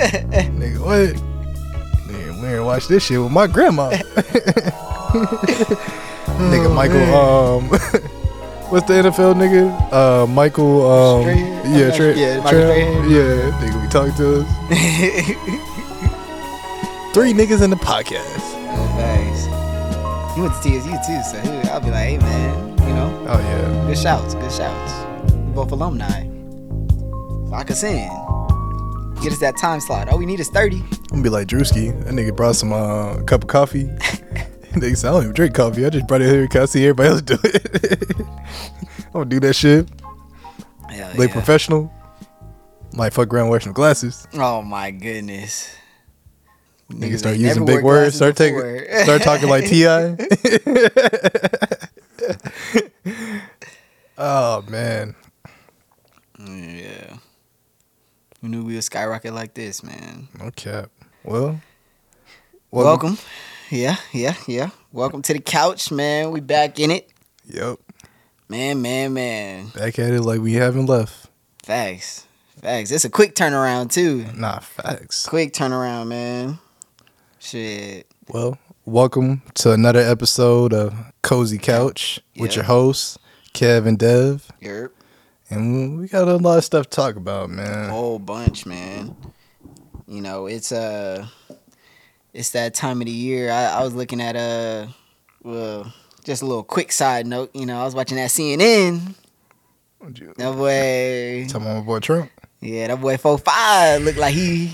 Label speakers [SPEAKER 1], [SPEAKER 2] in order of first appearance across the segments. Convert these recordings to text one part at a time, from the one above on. [SPEAKER 1] Nigga, what? Nigga, we ain't watch this shit with my grandma.
[SPEAKER 2] Oh,
[SPEAKER 1] nigga, Michael. Um, what's the NFL nigga? Uh, Michael. Um,
[SPEAKER 2] Strahan?
[SPEAKER 1] yeah,
[SPEAKER 2] Okay,
[SPEAKER 1] Tra-
[SPEAKER 2] yeah, Michael
[SPEAKER 1] Tra-
[SPEAKER 2] Strahan.
[SPEAKER 1] yeah. Nigga, we talked to us. Three niggas in the podcast.
[SPEAKER 2] Nice. He went to TSU too, so he, I'll be like, hey man, you know,
[SPEAKER 1] Oh yeah.
[SPEAKER 2] good shouts, good shouts. We both alumni. Lock us in. Get us that time slot. All we need is 30.
[SPEAKER 1] I'm gonna be like Drewski. That nigga brought some uh, cup of coffee. nigga, said, I don't even drink coffee. I just brought it here because I see everybody else do it. I'm gonna do that shit.
[SPEAKER 2] Hell
[SPEAKER 1] Like
[SPEAKER 2] yeah.
[SPEAKER 1] professional. Like fuck around wearing some glasses.
[SPEAKER 2] Oh my goodness.
[SPEAKER 1] Niggas start
[SPEAKER 2] ain't never
[SPEAKER 1] using big
[SPEAKER 2] wore
[SPEAKER 1] words.
[SPEAKER 2] glasses
[SPEAKER 1] Start taking.
[SPEAKER 2] before.
[SPEAKER 1] Start talking like Ti. oh man,
[SPEAKER 2] Mm, Yeah. Who knew we would skyrocket like this, man?
[SPEAKER 1] no cap. Well,
[SPEAKER 2] Welcome. Yeah, yeah, yeah. Welcome to the couch, man. We back in it.
[SPEAKER 1] Yep,
[SPEAKER 2] Man, man, man.
[SPEAKER 1] back at it like we haven't left.
[SPEAKER 2] Facts. Facts. It's a quick turnaround too.
[SPEAKER 1] Nah, facts.
[SPEAKER 2] Quick turnaround, man. Shit.
[SPEAKER 1] Well, welcome to another episode of Cozy Couch with
[SPEAKER 2] Yeah.
[SPEAKER 1] your hosts Kev and Dev,
[SPEAKER 2] Yerp.
[SPEAKER 1] and we got a lot of stuff to talk about, man.
[SPEAKER 2] Whole bunch, man. You know, it's uh it's that time of the year. I, I was looking at uh well just a little quick side note, you know, I was watching that CNN.
[SPEAKER 1] What'd you-
[SPEAKER 2] That boy
[SPEAKER 1] Talking about my boy Trump.
[SPEAKER 2] Yeah, that boy four five looked like he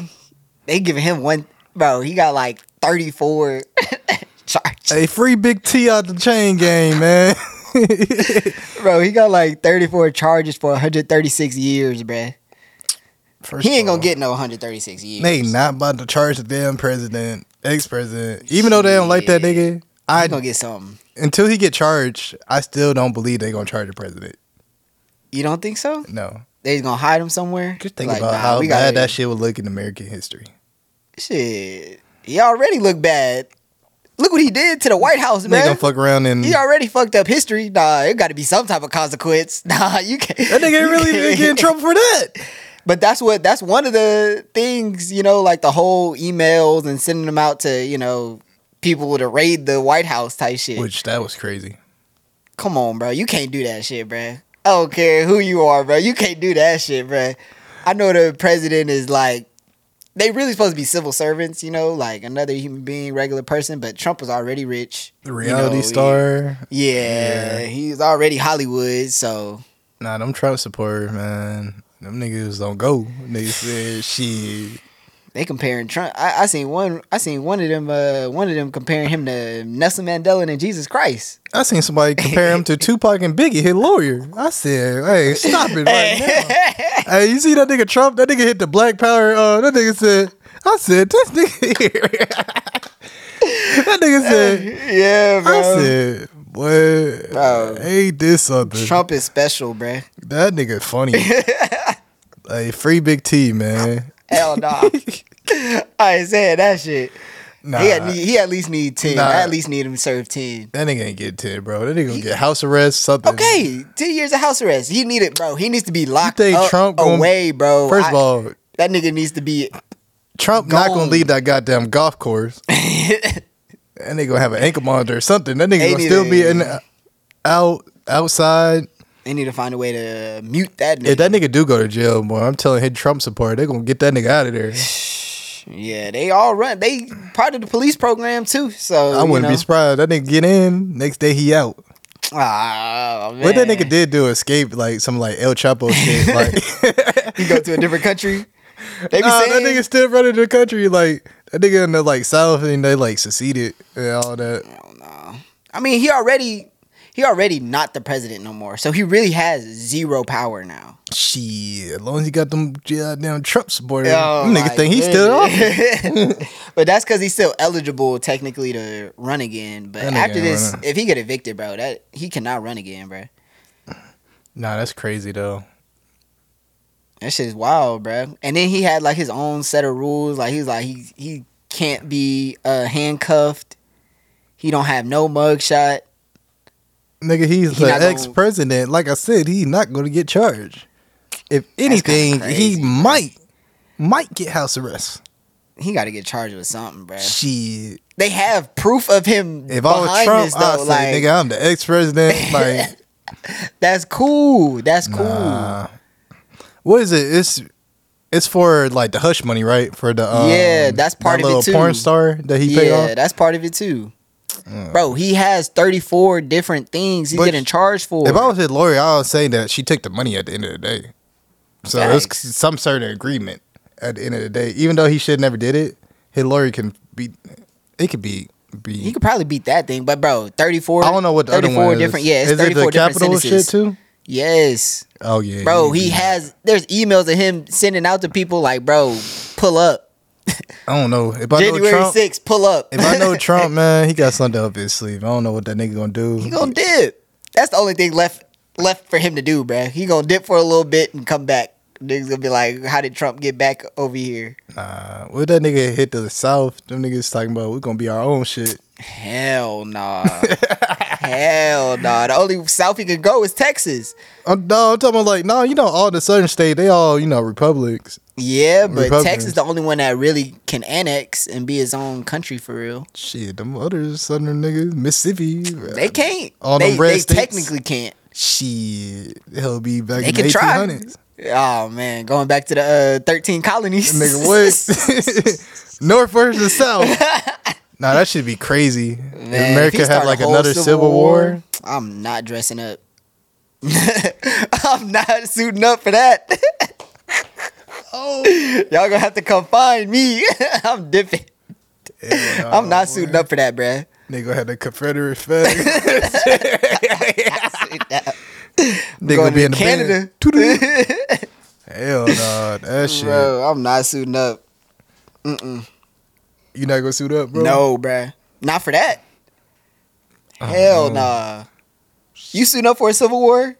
[SPEAKER 2] they giving him one bro, he got like thirty four charges.
[SPEAKER 1] Hey, free Big T out the chain game, man.
[SPEAKER 2] Bro, he got like 34 charges for 136 years, bruh.
[SPEAKER 1] First
[SPEAKER 2] He ain't
[SPEAKER 1] of all,
[SPEAKER 2] gonna get no 136 years.
[SPEAKER 1] They not about to charge the damn president, ex president. Even though they don't like that nigga,
[SPEAKER 2] I
[SPEAKER 1] I
[SPEAKER 2] gonna get something.
[SPEAKER 1] until he get charged, I still don't believe they gonna charge the president.
[SPEAKER 2] You don't think so?
[SPEAKER 1] No,
[SPEAKER 2] They just gonna hide him somewhere?
[SPEAKER 1] just think
[SPEAKER 2] Like,
[SPEAKER 1] about
[SPEAKER 2] nah,
[SPEAKER 1] how
[SPEAKER 2] we
[SPEAKER 1] bad
[SPEAKER 2] gotta-
[SPEAKER 1] that shit would look in American history.
[SPEAKER 2] shit. He already looked bad. Look what he did to the White House,
[SPEAKER 1] They
[SPEAKER 2] man.
[SPEAKER 1] gonna fuck around and
[SPEAKER 2] he already fucked up history. Nah, it gotta be some type of consequence. Nah, you can't.
[SPEAKER 1] that nigga
[SPEAKER 2] you
[SPEAKER 1] really didn't
[SPEAKER 2] can't-
[SPEAKER 1] get in trouble for that.
[SPEAKER 2] But that's what that's one of the things, you know, like the whole emails and sending them out to, you know, people to raid the White House type shit.
[SPEAKER 1] Which that was crazy.
[SPEAKER 2] Come on, bro. You can't do that shit, bro. I don't care who you are, bro. You can't do that shit, bro. I know the president is like, they really supposed to be civil servants, you know, like another human being, regular person. But Trump was already rich.
[SPEAKER 1] The
[SPEAKER 2] you
[SPEAKER 1] reality
[SPEAKER 2] know,
[SPEAKER 1] star. Yeah.
[SPEAKER 2] Yeah, he's already Hollywood. So
[SPEAKER 1] Nah, them Trump supporters, man. Them niggas don't go. Niggas said shit.
[SPEAKER 2] they comparing Trump. I, I seen one. I seen one of them. Uh, one of them comparing him to Nelson Mandela and Jesus Christ.
[SPEAKER 1] I seen somebody compare him to Tupac and Biggie, his lawyer. I said, hey, stop it right now. Hey, you see that nigga Trump? That nigga hit the Black Power. Uh, that nigga said, I said, this nigga here. that nigga said,
[SPEAKER 2] yeah,
[SPEAKER 1] I
[SPEAKER 2] bro.
[SPEAKER 1] said, boy,
[SPEAKER 2] Bro.
[SPEAKER 1] ain't this something?
[SPEAKER 2] Trump is special, bruh.
[SPEAKER 1] That nigga funny. hey, free Big T, man.
[SPEAKER 2] Hell no. I ain't saying that shit.
[SPEAKER 1] Nah,
[SPEAKER 2] He, at need, he at least need 10.
[SPEAKER 1] Nah.
[SPEAKER 2] I at least need him to serve 10.
[SPEAKER 1] that nigga ain't get 10, bro. That nigga gonna get house arrest, something.
[SPEAKER 2] Okay, 10 years of house arrest. He need it, bro. He needs to be locked
[SPEAKER 1] think
[SPEAKER 2] up
[SPEAKER 1] Trump gonna-
[SPEAKER 2] away, bro.
[SPEAKER 1] First of
[SPEAKER 2] I-
[SPEAKER 1] all,
[SPEAKER 2] that nigga needs to be.
[SPEAKER 1] Trump not gonna
[SPEAKER 2] Gone.
[SPEAKER 1] leave that goddamn golf course. That nigga gonna have an ankle monitor or something. That nigga
[SPEAKER 2] They
[SPEAKER 1] gonna
[SPEAKER 2] need
[SPEAKER 1] still
[SPEAKER 2] a-
[SPEAKER 1] be in uh, out outside.
[SPEAKER 2] They need to find a way to mute that nigga.
[SPEAKER 1] If that nigga do go to jail, boy, I'm telling his Trump supporter, they gonna get that nigga out of there.
[SPEAKER 2] yeah, they all run. They part of the police program too. So
[SPEAKER 1] I wouldn't
[SPEAKER 2] you know.
[SPEAKER 1] be surprised. That nigga get in, next day he out.
[SPEAKER 2] Ah,
[SPEAKER 1] What that
[SPEAKER 2] man.
[SPEAKER 1] nigga did do escape like some like El Chapo shit. Like
[SPEAKER 2] He go to a different country. They be
[SPEAKER 1] nah, that
[SPEAKER 2] saying
[SPEAKER 1] nigga still running the country like that nigga in the like South and they like seceded and all that.
[SPEAKER 2] Hell no. I mean, he already he already not the president no more. So he really has zero power now.
[SPEAKER 1] Shit, as long as he got them goddamn Trump supporters,
[SPEAKER 2] Oh,
[SPEAKER 1] them nigga
[SPEAKER 2] my
[SPEAKER 1] think he's still off.
[SPEAKER 2] goodness. but that's because he's still eligible technically to run again. But
[SPEAKER 1] Run
[SPEAKER 2] after
[SPEAKER 1] again,
[SPEAKER 2] this,
[SPEAKER 1] run.
[SPEAKER 2] if he get evicted, bro, that he cannot run again, bro.
[SPEAKER 1] Nah, that's crazy though.
[SPEAKER 2] That shit's wild, bro. And then he had like his own set of rules. Like he was like he he can't be uh, handcuffed. He don't have no mugshot.
[SPEAKER 1] Nigga, he's
[SPEAKER 2] He
[SPEAKER 1] the
[SPEAKER 2] not gonna-
[SPEAKER 1] ex president. Like I said, he not gonna get charged. If
[SPEAKER 2] kinda
[SPEAKER 1] anything,
[SPEAKER 2] crazy,
[SPEAKER 1] he
[SPEAKER 2] bro.
[SPEAKER 1] might. might get house arrest.
[SPEAKER 2] He got to get charged with something, bro.
[SPEAKER 1] Shit.
[SPEAKER 2] They have proof of him
[SPEAKER 1] If I
[SPEAKER 2] behind
[SPEAKER 1] was Trump,
[SPEAKER 2] this, though.
[SPEAKER 1] I'd say,
[SPEAKER 2] like,
[SPEAKER 1] nigga, I'm the ex president. Like,
[SPEAKER 2] that's cool. That's cool.
[SPEAKER 1] nah. What is it? It's it's for like the hush money, right? For the um,
[SPEAKER 2] Yeah, that's part
[SPEAKER 1] that
[SPEAKER 2] of it,
[SPEAKER 1] little
[SPEAKER 2] too.
[SPEAKER 1] porn star that he paid
[SPEAKER 2] yeah,
[SPEAKER 1] off.
[SPEAKER 2] that's part of it too. Bro, he has 34 different things he's
[SPEAKER 1] But-
[SPEAKER 2] getting charged for.
[SPEAKER 1] If I was his lawyer, I would say that she took the money at the end of the day. So it's
[SPEAKER 2] Facts.
[SPEAKER 1] some sort of agreement at the end of the day. Even though he should never did it, his lawyer can be. It could be be.
[SPEAKER 2] he could probably beat that thing, but bro, 34
[SPEAKER 1] I don't know what the other
[SPEAKER 2] 34
[SPEAKER 1] one is.
[SPEAKER 2] different yeah, it's
[SPEAKER 1] is it
[SPEAKER 2] 34
[SPEAKER 1] the
[SPEAKER 2] different
[SPEAKER 1] capital
[SPEAKER 2] sentences.
[SPEAKER 1] shit too?
[SPEAKER 2] Yes.
[SPEAKER 1] Oh yeah,
[SPEAKER 2] Bro, he
[SPEAKER 1] yeah.
[SPEAKER 2] has there's emails of him sending out to people like, "Bro, pull up.
[SPEAKER 1] I don't know if I know
[SPEAKER 2] January
[SPEAKER 1] Trump.
[SPEAKER 2] 6th, pull up."
[SPEAKER 1] If I know Trump, man, he got something up his sleeve. I don't know what that nigga gonna do.
[SPEAKER 2] he going to dip. That's the only thing left left for him to do, bruh. He going to dip for a little bit and come back. Niggas going to be like, "How did Trump get back over here?"
[SPEAKER 1] nah, what that nigga hit to the south? Them niggas talking about we're gonna be our own shit.
[SPEAKER 2] Hell nah. Hell nah. The only south he could go is Texas.
[SPEAKER 1] I'm, no, I'm talking about like, no, you know, all the southern state, they all you know republics.
[SPEAKER 2] Yeah, but
[SPEAKER 1] Republicans.
[SPEAKER 2] Texas the only one that really can annex and be his own country for real.
[SPEAKER 1] Shit, them other southern niggas, Mississippi.
[SPEAKER 2] They can't.
[SPEAKER 1] Uh, All them
[SPEAKER 2] they
[SPEAKER 1] red
[SPEAKER 2] they
[SPEAKER 1] states.
[SPEAKER 2] technically can't.
[SPEAKER 1] Shit, he'll be back
[SPEAKER 2] They
[SPEAKER 1] in
[SPEAKER 2] can
[SPEAKER 1] the
[SPEAKER 2] try.
[SPEAKER 1] 1800s.
[SPEAKER 2] Oh man, going back to the uh, thirteen colonies.
[SPEAKER 1] Nigga, what? North versus the South. nah, that should be crazy. If
[SPEAKER 2] Man, if he
[SPEAKER 1] America
[SPEAKER 2] start
[SPEAKER 1] had
[SPEAKER 2] a
[SPEAKER 1] like
[SPEAKER 2] whole
[SPEAKER 1] another Civil War.
[SPEAKER 2] I'm not dressing up. I'm not suiting up for that. oh, y'all gonna have to come find me. I'm dipping.
[SPEAKER 1] Yeah,
[SPEAKER 2] I'm
[SPEAKER 1] nah,
[SPEAKER 2] not suiting up for that, bruh.
[SPEAKER 1] Nigga had the Confederate flag. Nigga
[SPEAKER 2] Going
[SPEAKER 1] be
[SPEAKER 2] to
[SPEAKER 1] in the
[SPEAKER 2] Canada.
[SPEAKER 1] Canada. Hell nah, that shit.
[SPEAKER 2] Bro, I'm not suiting up.
[SPEAKER 1] You not gonna suit up, bro?
[SPEAKER 2] No, bruh. Not for that.
[SPEAKER 1] Oh,
[SPEAKER 2] Hell nah. You suiting up for a civil war?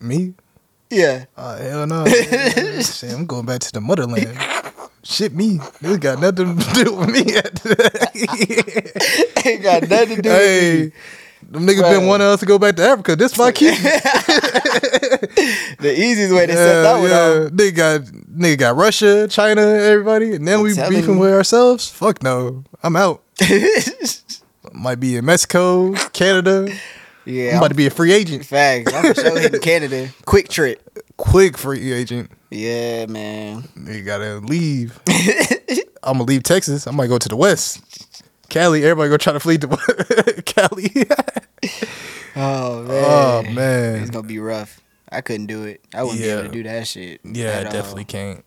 [SPEAKER 1] Me?
[SPEAKER 2] Yeah.
[SPEAKER 1] Oh, hell no. Shit, I'm going back to the motherland. Shit, me. This got nothing to do with me.
[SPEAKER 2] Ain't got nothing to do with
[SPEAKER 1] hey, them niggas been
[SPEAKER 2] Bruh.
[SPEAKER 1] wanting us to go back to Africa. This my key.
[SPEAKER 2] it. The easiest way to set that
[SPEAKER 1] Yeah,
[SPEAKER 2] one
[SPEAKER 1] yeah.
[SPEAKER 2] up.
[SPEAKER 1] Nigga got nigga got Russia, China, everybody, and then we
[SPEAKER 2] telling
[SPEAKER 1] beefing
[SPEAKER 2] you.
[SPEAKER 1] with ourselves. Fuck no, I'm out. Might be in Mexico, Canada. I'm
[SPEAKER 2] yeah.
[SPEAKER 1] about
[SPEAKER 2] I'm,
[SPEAKER 1] to be a free agent.
[SPEAKER 2] facts. I'm for sure hitting Canada. Quick trip.
[SPEAKER 1] Quick free agent.
[SPEAKER 2] Yeah, man.
[SPEAKER 1] Nigga gotta leave. I'm gonna leave Texas. I might go to the West. Cali, everybody go try to flee to Cali.
[SPEAKER 2] Oh man.
[SPEAKER 1] oh
[SPEAKER 2] It's
[SPEAKER 1] man,
[SPEAKER 2] gonna be rough. I couldn't do it. I wouldn't be able
[SPEAKER 1] Yeah.
[SPEAKER 2] to do that shit.
[SPEAKER 1] yeah,
[SPEAKER 2] at all.
[SPEAKER 1] definitely can't.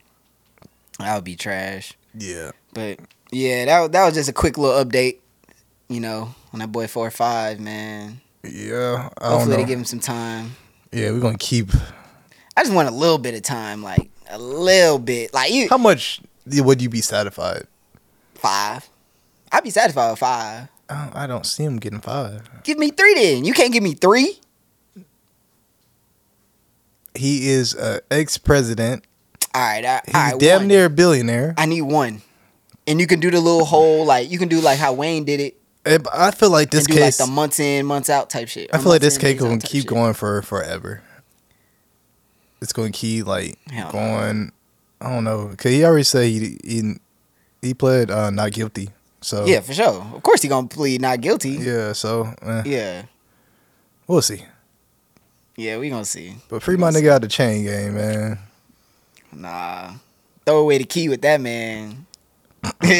[SPEAKER 2] I would be trash.
[SPEAKER 1] Yeah,
[SPEAKER 2] But yeah, that was- that was just a quick little update. You know, on that boy four five man.
[SPEAKER 1] yeah. I don't
[SPEAKER 2] Hopefully they
[SPEAKER 1] know.
[SPEAKER 2] give him some time.
[SPEAKER 1] yeah, we're gonna keep.
[SPEAKER 2] I just want a little bit of time, like a little bit, like you
[SPEAKER 1] How much would you be satisfied?
[SPEAKER 2] five. I'd be satisfied with five.
[SPEAKER 1] I don't, I don't see him getting five.
[SPEAKER 2] Give me three then. You can't give me three.
[SPEAKER 1] He is a ex president.
[SPEAKER 2] All right, I,
[SPEAKER 1] He's
[SPEAKER 2] all right.
[SPEAKER 1] damn
[SPEAKER 2] one.
[SPEAKER 1] near a billionaire.
[SPEAKER 2] I need one, and you can do the little whole like you can do like how Wayne did it,
[SPEAKER 1] I, I feel like this
[SPEAKER 2] and do
[SPEAKER 1] case.
[SPEAKER 2] like the months in, months out type shit.
[SPEAKER 1] I
[SPEAKER 2] or
[SPEAKER 1] feel like
[SPEAKER 2] months
[SPEAKER 1] this
[SPEAKER 2] in,
[SPEAKER 1] case
[SPEAKER 2] days out
[SPEAKER 1] gonna
[SPEAKER 2] type
[SPEAKER 1] keep
[SPEAKER 2] shit.
[SPEAKER 1] going for forever. It's gonna keep like
[SPEAKER 2] Hell no.
[SPEAKER 1] going. I don't know. Cause he already said he he, he pled uh, not guilty. So
[SPEAKER 2] Yeah, for sure. Of course, he gonna plead not guilty. Yeah,
[SPEAKER 1] yeah. So eh,
[SPEAKER 2] yeah,
[SPEAKER 1] we'll see.
[SPEAKER 2] we gonna see.
[SPEAKER 1] But free my nigga out the chain game, man.
[SPEAKER 2] Nah, throw away the key with that man. he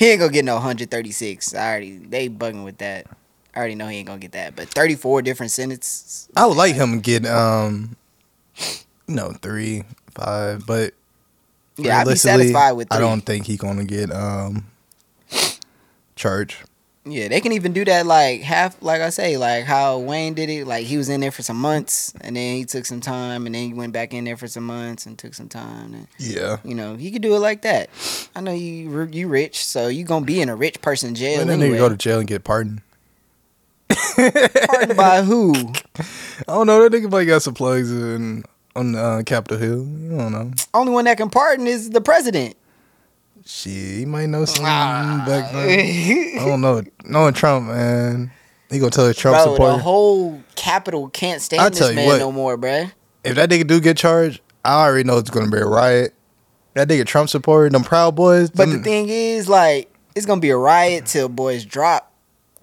[SPEAKER 2] ain't gonna get no 136. I already they bugging with that. I already know he ain't gonna get that. But 34 different sentences.
[SPEAKER 1] I would like him to get um, you know, three five, but
[SPEAKER 2] Yeah, I'd be
[SPEAKER 1] Realistically,
[SPEAKER 2] satisfied with three.
[SPEAKER 1] I don't think he gonna get um charged.
[SPEAKER 2] Yeah, they can even do that like half like I say, like how Wayne did it, like he was in there for some months and then he took some time and then he went back in there for some months and took some time and
[SPEAKER 1] Yeah.
[SPEAKER 2] you know, he could do it like that. I know you ri- you rich, so you going to be in a rich person jail
[SPEAKER 1] And then
[SPEAKER 2] anyway.
[SPEAKER 1] nigga go to jail and get pardoned.
[SPEAKER 2] Pardoned by who?
[SPEAKER 1] I don't know. That nigga probably got some plugs in on uh, Capitol Hill. I don't know.
[SPEAKER 2] Only one that can pardon is the president.
[SPEAKER 1] Shit, he might know some
[SPEAKER 2] Ah.
[SPEAKER 1] back then. I don't know. Knowing Trump, man, he gonna tell a Trump
[SPEAKER 2] bro, the
[SPEAKER 1] supporter
[SPEAKER 2] whole capital can't stand
[SPEAKER 1] I'll
[SPEAKER 2] this
[SPEAKER 1] tell you
[SPEAKER 2] man
[SPEAKER 1] what.
[SPEAKER 2] no more, bruh.
[SPEAKER 1] if that nigga do get charged, I already know it's gonna be a riot. That nigga Trump supporter, them Proud Boys.
[SPEAKER 2] But
[SPEAKER 1] them,
[SPEAKER 2] the thing is, like, it's gonna be a riot till boys drop.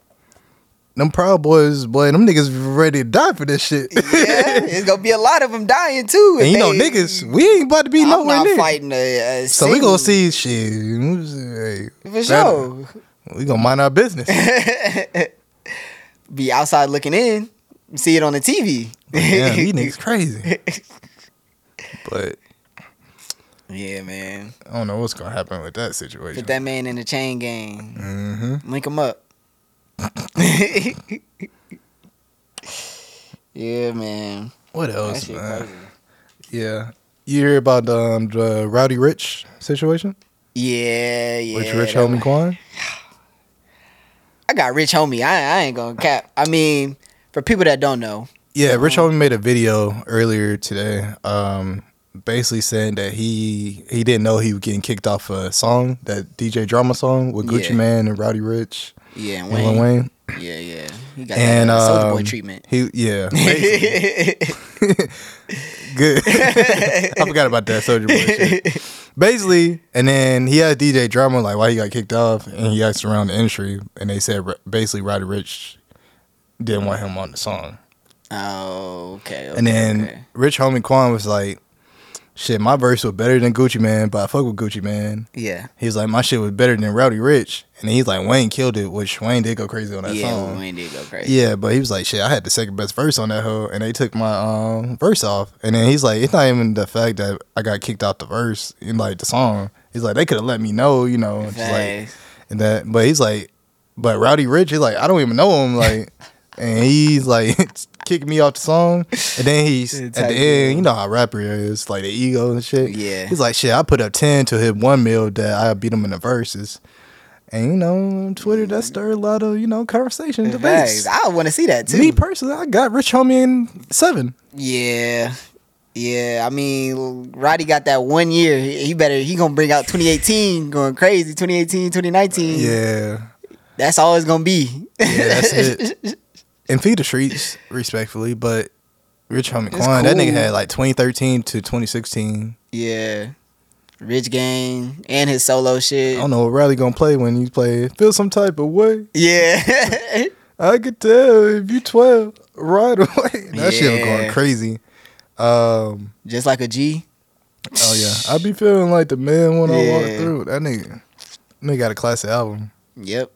[SPEAKER 1] them Proud Boys, boy, them niggas ready to die for this shit.
[SPEAKER 2] Yeah, it's gonna be a lot of them dying too.
[SPEAKER 1] and
[SPEAKER 2] if
[SPEAKER 1] you know,
[SPEAKER 2] they-
[SPEAKER 1] niggas, we ain't about to be
[SPEAKER 2] I'm
[SPEAKER 1] nowhere
[SPEAKER 2] not
[SPEAKER 1] near.
[SPEAKER 2] fighting a, a
[SPEAKER 1] So we gonna see
[SPEAKER 2] single,
[SPEAKER 1] shit. Hey,
[SPEAKER 2] for sure.
[SPEAKER 1] We gonna mind our business.
[SPEAKER 2] Be outside looking in, see it on the TV.
[SPEAKER 1] Damn, these niggas crazy. But
[SPEAKER 2] yeah, man.
[SPEAKER 1] I don't know what's gonna happen with that situation.
[SPEAKER 2] Put that man in the chain gang.
[SPEAKER 1] hmm
[SPEAKER 2] Link him up. yeah, man.
[SPEAKER 1] What
[SPEAKER 2] That
[SPEAKER 1] else,
[SPEAKER 2] shit
[SPEAKER 1] man?
[SPEAKER 2] crazy.
[SPEAKER 1] Yeah. You hear about um, the Rowdy Rich situation?
[SPEAKER 2] Yeah, yeah.
[SPEAKER 1] Which Rich
[SPEAKER 2] that
[SPEAKER 1] Homie
[SPEAKER 2] one.
[SPEAKER 1] Quan?
[SPEAKER 2] I got rich homie. I, I ain't gonna cap. I mean, for people that don't know,
[SPEAKER 1] Yeah, Rich Homie made a video earlier today, um, basically saying that he he didn't know he was getting kicked off a song, that DJ drama song with Gucci
[SPEAKER 2] Yeah.
[SPEAKER 1] Man and Rowdy Rich
[SPEAKER 2] yeah,
[SPEAKER 1] and Lil
[SPEAKER 2] Wayne,
[SPEAKER 1] Wayne.
[SPEAKER 2] yeah, yeah, he got
[SPEAKER 1] And,
[SPEAKER 2] that uh, Soulja boy
[SPEAKER 1] um,
[SPEAKER 2] treatment.
[SPEAKER 1] He yeah, basically. good. I forgot about that Soldier Boy shit. Basically, and then he had DJ Drama like why he got kicked off, and he asked around the industry, and they said r- basically Roddy Rich didn't want him on the song.
[SPEAKER 2] oh, okay, okay,
[SPEAKER 1] And then
[SPEAKER 2] okay.
[SPEAKER 1] Rich Homie Quan was like, "Shit, my verse was better than Gucci Man, but I fuck with Gucci Man."
[SPEAKER 2] yeah,
[SPEAKER 1] He was like, "My shit was better than Rowdy Rich," and he's like, "Wayne killed it," which Wayne did go crazy on that
[SPEAKER 2] yeah,
[SPEAKER 1] song.
[SPEAKER 2] Wayne did go crazy.
[SPEAKER 1] Yeah, but he was like, "Shit, I had the second best verse on that hoe," and they took my um, verse off. And then he's like, "It's not even the fact that I got kicked out the verse in like the song." He's like, "They could have let me know, you know." Just like,
[SPEAKER 2] Facts.
[SPEAKER 1] and that, but he's like, "But Rowdy Rich, he's like, I don't even know him." Like, and he's like kicking me off the song. And then he's at
[SPEAKER 2] It's
[SPEAKER 1] the
[SPEAKER 2] like,
[SPEAKER 1] end, you know how rapper is, like the ego and shit.
[SPEAKER 2] Yeah.
[SPEAKER 1] he's like, "Shit, I put up ten to hit one mil that I beat him in the verses." And you know, on Twitter that stirred a lot of you know conversation, debates.
[SPEAKER 2] Facts. I want to see that too.
[SPEAKER 1] Me personally, I got Rich Homie in seven.
[SPEAKER 2] yeah, yeah. I mean, Roddy got that one year. He he better. He gonna bring out 2018, going crazy. 2018, 2019.
[SPEAKER 1] Yeah.
[SPEAKER 2] that's all it's gonna be.
[SPEAKER 1] Yeah, that's it. And feed the streets, respectfully, but Rich Homie
[SPEAKER 2] It's
[SPEAKER 1] Quan, that nigga
[SPEAKER 2] cool.
[SPEAKER 1] had like 2013 to 2016.
[SPEAKER 2] Yeah. Rich Gang and his solo
[SPEAKER 1] I
[SPEAKER 2] shit.
[SPEAKER 1] don't know what Riley gonna play when you play. Feel some type of way.
[SPEAKER 2] Yeah.
[SPEAKER 1] I could tell if you 12 right away. That shit was going
[SPEAKER 2] Yeah.
[SPEAKER 1] crazy. Um,
[SPEAKER 2] Just like a G.
[SPEAKER 1] oh yeah, I be feeling like the man when I walk
[SPEAKER 2] Yeah.
[SPEAKER 1] through. That nigga, nigga got a classic album.
[SPEAKER 2] Yep.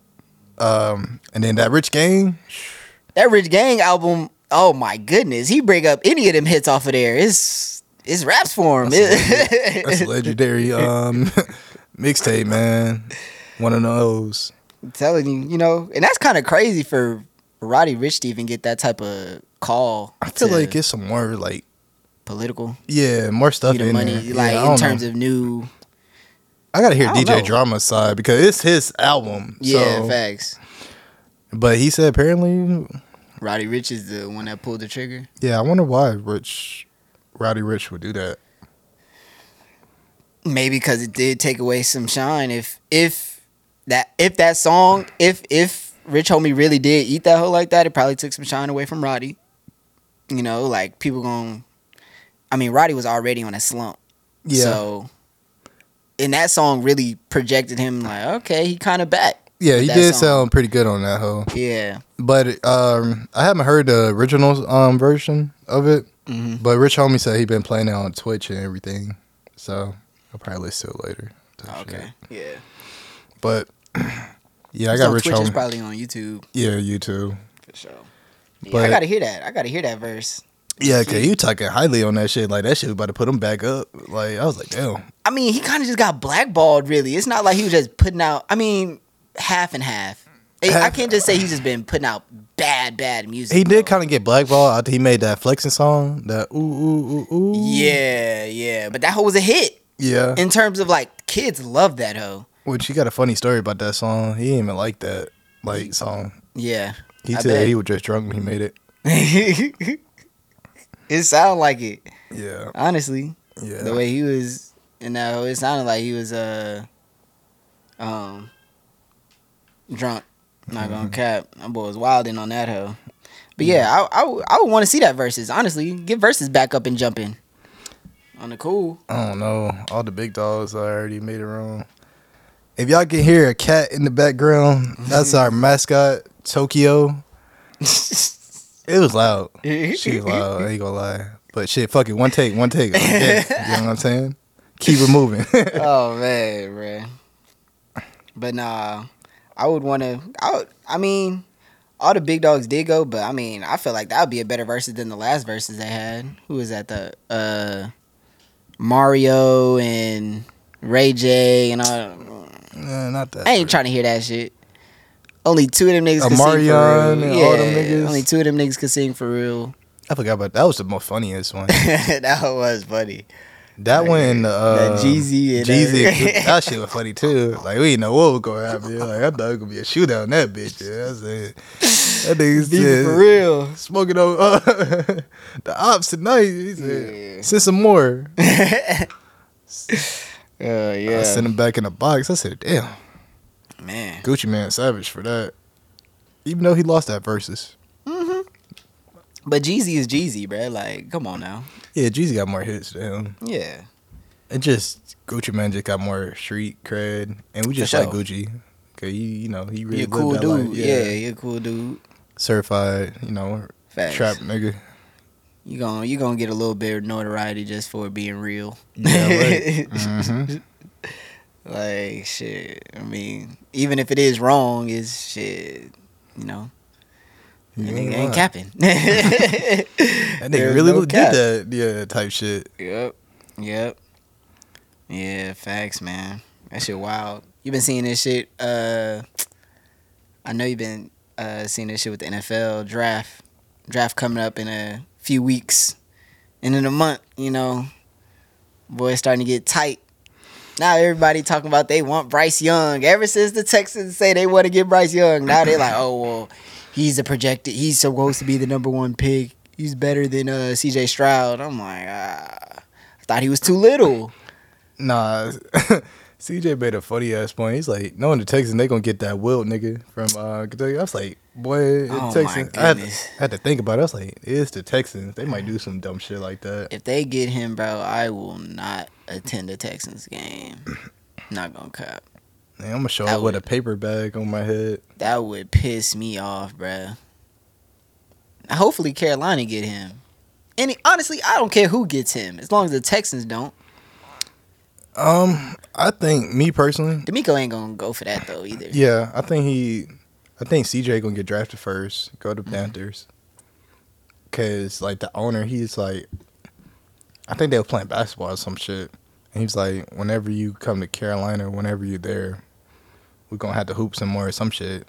[SPEAKER 1] Um, and then that Rich Game,
[SPEAKER 2] That Rich Gang album, oh my goodness. He bring up any of them hits off of there. It's it's raps for him.
[SPEAKER 1] That's a legendary um, mixtape, man. One of those.
[SPEAKER 2] I'm telling you, you know, and that's kind of crazy for Roddy Rich to even get that type of call.
[SPEAKER 1] I feel
[SPEAKER 2] to
[SPEAKER 1] like it's some more like
[SPEAKER 2] political.
[SPEAKER 1] yeah, more stuff
[SPEAKER 2] You the
[SPEAKER 1] in
[SPEAKER 2] money,
[SPEAKER 1] there.
[SPEAKER 2] like in terms of new.
[SPEAKER 1] I gotta hear
[SPEAKER 2] I don't
[SPEAKER 1] DJ
[SPEAKER 2] know.
[SPEAKER 1] Drama's side because it's his album.
[SPEAKER 2] Yeah,
[SPEAKER 1] so,
[SPEAKER 2] facts.
[SPEAKER 1] but he said apparently,
[SPEAKER 2] Roddy Rich is the one that pulled the trigger.
[SPEAKER 1] yeah. I wonder why Rich, Rowdy Rich would do that.
[SPEAKER 2] maybe because it did take away some shine. If if that if that song if if Rich Homie really did eat that hoe like that, it probably took some shine away from Roddy. You know, like people going. I mean, Roddy was already on a slump,
[SPEAKER 1] Yeah,
[SPEAKER 2] so and that song really projected him like, okay, he kind of back.
[SPEAKER 1] yeah. He
[SPEAKER 2] that
[SPEAKER 1] did
[SPEAKER 2] song.
[SPEAKER 1] sound pretty good on that hoe,
[SPEAKER 2] Yeah,
[SPEAKER 1] but um, I haven't heard the original um version of it.
[SPEAKER 2] Mhm.
[SPEAKER 1] But Rich Homie said he been playing it on Twitch and everything, so I'll probably listen to it later. Type shit.
[SPEAKER 2] okay, yeah.
[SPEAKER 1] But yeah, I
[SPEAKER 2] It's
[SPEAKER 1] got
[SPEAKER 2] on
[SPEAKER 1] Rich
[SPEAKER 2] Twitch. It's
[SPEAKER 1] Homie.
[SPEAKER 2] probably on YouTube
[SPEAKER 1] yeah, you too.
[SPEAKER 2] for sure. Yeah, I
[SPEAKER 1] But-
[SPEAKER 2] gotta hear that. I gotta hear that verse.
[SPEAKER 1] Yeah, cause you talking highly on that shit. Like that shit was about to put him back up. Like I was like, damn.
[SPEAKER 2] I mean, he kind of just got blackballed. Really, it's not like he was just putting out. I mean, half and half. I- I
[SPEAKER 1] Half-
[SPEAKER 2] can't just say he's just been putting out bad, bad music.
[SPEAKER 1] He did
[SPEAKER 2] though.
[SPEAKER 1] kind of get blackballed after he made that flexing song. That ooh ooh ooh ooh.
[SPEAKER 2] Yeah, yeah, but that hoe was a hit
[SPEAKER 1] yeah.
[SPEAKER 2] in terms of like kids love that hoe.
[SPEAKER 1] Which he got a funny story about that song. He didn't even like that like song.
[SPEAKER 2] Yeah,
[SPEAKER 1] He
[SPEAKER 2] I
[SPEAKER 1] said
[SPEAKER 2] bet.
[SPEAKER 1] he was just drunk when he made it.
[SPEAKER 2] it sounded like it.
[SPEAKER 1] Yeah,
[SPEAKER 2] Honestly,
[SPEAKER 1] yeah.
[SPEAKER 2] the way he was, you know, it sounded like he was uh, um, drunk. Not gonna
[SPEAKER 1] Mm-hmm.
[SPEAKER 2] cap, my boy was wilding on that hoe. But yeah, I I, would- I would want to see that versus. Honestly, get versus back up and jumping. on the cool.
[SPEAKER 1] I don't know. All the big dogs already made it wrong. If y'all can hear a cat in the background, that's our mascot, Tokyo. It was loud. She was loud. I ain't gonna lie. But shit, fuck it. One take, one take. I'm dead. You know what I'm saying? Keep it moving.
[SPEAKER 2] oh man, bruh. But nah, I would want to. I would, I mean, all the big dogs did go, but I mean, I feel like that would be a better versus than the last verses they had. Who was that? The uh, Mario and Ray J and all.
[SPEAKER 1] Nah, not that.
[SPEAKER 2] I ain't trying to hear that shit. Only two of them niggas could sing for
[SPEAKER 1] Amarion
[SPEAKER 2] real.
[SPEAKER 1] and
[SPEAKER 2] yeah,
[SPEAKER 1] all them niggas.
[SPEAKER 2] only two of them niggas could sing for real.
[SPEAKER 1] I forgot about that. Was the most funniest one.
[SPEAKER 2] that was funny.
[SPEAKER 1] That one and the uh,
[SPEAKER 2] That Jeezy and
[SPEAKER 1] Jeezy,
[SPEAKER 2] everything.
[SPEAKER 1] that shit was funny too. Like we didn't know what was gonna happen. Like I thought it was gonna be a shootout in that bitch. Yeah, I said that nigga
[SPEAKER 2] Be for
[SPEAKER 1] said
[SPEAKER 2] real.
[SPEAKER 1] smoking on uh, the ops tonight. He said,
[SPEAKER 2] Yeah.
[SPEAKER 1] send some more.
[SPEAKER 2] Uh,
[SPEAKER 1] I
[SPEAKER 2] yeah.
[SPEAKER 1] sent him back in the box. I said, damn,
[SPEAKER 2] Man.
[SPEAKER 1] Gucci Man Savage for that. Even though he lost that versus.
[SPEAKER 2] Mm-hmm. But Jeezy is Jeezy, bruh. Like, come on now.
[SPEAKER 1] Yeah, Jeezy got more hits than him.
[SPEAKER 2] Yeah.
[SPEAKER 1] It just Gucci Man just got more street cred, and we just
[SPEAKER 2] For
[SPEAKER 1] like
[SPEAKER 2] sure.
[SPEAKER 1] Gucci. Cause you you know he really
[SPEAKER 2] You're
[SPEAKER 1] lived
[SPEAKER 2] a cool
[SPEAKER 1] that
[SPEAKER 2] dude.
[SPEAKER 1] life.
[SPEAKER 2] Yeah. you're a cool dude.
[SPEAKER 1] certified, you know,
[SPEAKER 2] Facts.
[SPEAKER 1] trap nigga.
[SPEAKER 2] You gonna you gonna get a little bit of notoriety just for being real.
[SPEAKER 1] Yeah, right. Mhm.
[SPEAKER 2] Like shit. I mean, even if it is wrong, it's shit. You know,
[SPEAKER 1] You
[SPEAKER 2] that
[SPEAKER 1] ain't
[SPEAKER 2] nigga
[SPEAKER 1] lying.
[SPEAKER 2] ain't capping. that
[SPEAKER 1] That nigga really did that, yeah, type shit.
[SPEAKER 2] Yep. Yep. Yeah, facts, man. That shit wild. you been seeing this shit. Uh, I know you've been uh, seeing this shit with the NFL draft. Draft coming up in a few weeks. And in a month, you know, boys starting to get tight. Now everybody talking about they want Bryce Young. Ever since the Texans say they want to get Bryce Young, now they like, oh well, he's a projected. He's supposed to be the number one pick. He's better than uh, C.J. Stroud. I'm like, ah, I thought he was too little.
[SPEAKER 1] Nah, CJ made a funny ass point. He's like, no, in the Texans, they gonna get that Wilt nigga from uh, Kentucky. I was like, boy,
[SPEAKER 2] Oh,
[SPEAKER 1] the
[SPEAKER 2] my
[SPEAKER 1] Texans. I had, to,
[SPEAKER 2] goodness.
[SPEAKER 1] I had to think about it. I was like, it's the Texans. They might do some dumb shit like that.
[SPEAKER 2] If they get him, bro, I will not attend a Texans game. Not gonna cop.
[SPEAKER 1] Man, I'm gonna show
[SPEAKER 2] I
[SPEAKER 1] up with a paper bag on my head.
[SPEAKER 2] That would piss me off, bruh. Hopefully Carolina get him. And he- honestly, I don't care who gets him as long as the Texans don't.
[SPEAKER 1] Um, I think me personally,
[SPEAKER 2] D'Amico ain't gonna go for that though either.
[SPEAKER 1] yeah, I think he, I think CJ gonna get drafted first. Go to
[SPEAKER 2] Mm-hmm.
[SPEAKER 1] Panthers. Cause like the owner, he's like, I think they were playing basketball or some shit, and he's like, whenever you come to Carolina, whenever you're there, we're gonna have to hoop some more or some shit.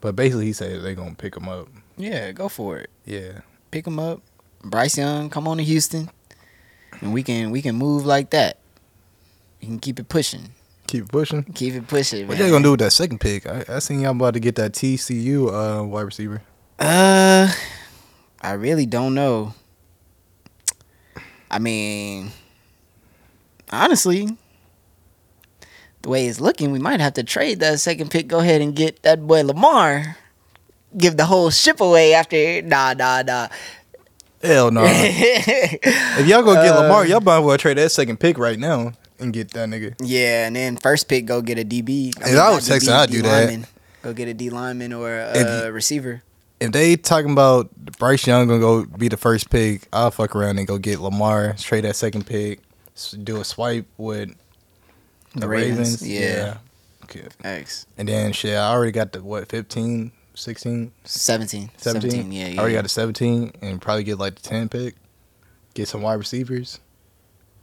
[SPEAKER 1] But basically, he said they gonna pick him up.
[SPEAKER 2] Yeah, go for it.
[SPEAKER 1] Yeah,
[SPEAKER 2] Pick him up. Bryce Young, come on to Houston, and we can we can move like that. We can keep it pushing.
[SPEAKER 1] keep pushing.
[SPEAKER 2] Keep it pushing.
[SPEAKER 1] What
[SPEAKER 2] man.
[SPEAKER 1] y'all gonna do with that second pick? I, I seen y'all about to get that TCU uh, wide receiver.
[SPEAKER 2] Uh, I really don't know. I mean, honestly, the way it's looking, we might have to trade that second pick. Go ahead and get that boy Lamar. Give the whole ship away after. Nah, nah, nah.
[SPEAKER 1] Hell no.
[SPEAKER 2] yeah,
[SPEAKER 1] If y'all gonna get
[SPEAKER 2] Uh,
[SPEAKER 1] Lamar, y'all might as well trade that second pick right now and get that nigga.
[SPEAKER 2] and then first pick, go get a DB.
[SPEAKER 1] If I was
[SPEAKER 2] not
[SPEAKER 1] Texas, I'd do that.
[SPEAKER 2] lineman. Go get a D lineman or a uh, receiver.
[SPEAKER 1] If they talking about Bryce Young gonna go be the first pick, I'll fuck around and go get Lamar, trade that second pick, s- do a swipe with the, Ravens.
[SPEAKER 2] Yeah.
[SPEAKER 1] Okay.
[SPEAKER 2] X.
[SPEAKER 1] And then shit, I already got the what, 15, 16,
[SPEAKER 2] 17.
[SPEAKER 1] 17?
[SPEAKER 2] 17. Yeah, yeah.
[SPEAKER 1] I already got a 17 and probably get like the 10 pick, get some wide receivers.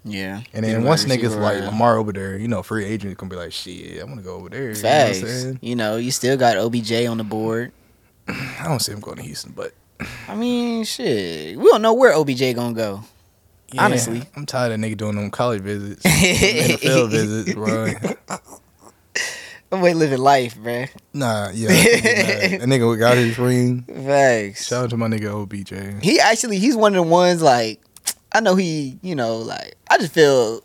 [SPEAKER 2] yeah.
[SPEAKER 1] And
[SPEAKER 2] Get a
[SPEAKER 1] then
[SPEAKER 2] wide
[SPEAKER 1] once niggas
[SPEAKER 2] receiver,
[SPEAKER 1] like
[SPEAKER 2] uh,
[SPEAKER 1] Lamar over there, you know, free agent gonna be like, shit, I'm gonna go over there. You know what I'm
[SPEAKER 2] Facts. You know,
[SPEAKER 1] saying?
[SPEAKER 2] you still got OBJ on the board.
[SPEAKER 1] I don't see him going to Houston, but
[SPEAKER 2] I mean, shit, we don't know where OBJ gonna go.
[SPEAKER 1] Yeah,
[SPEAKER 2] Honestly.
[SPEAKER 1] I'm tired of nigga doing them college visits, them NFL visits, bro.
[SPEAKER 2] I'm way living life, bruh.
[SPEAKER 1] Nah, yeah, that nigga got his ring.
[SPEAKER 2] Facts.
[SPEAKER 1] Shout out to my nigga OBJ.
[SPEAKER 2] he actually, he's one of the ones like, I know he, you know, like I just feel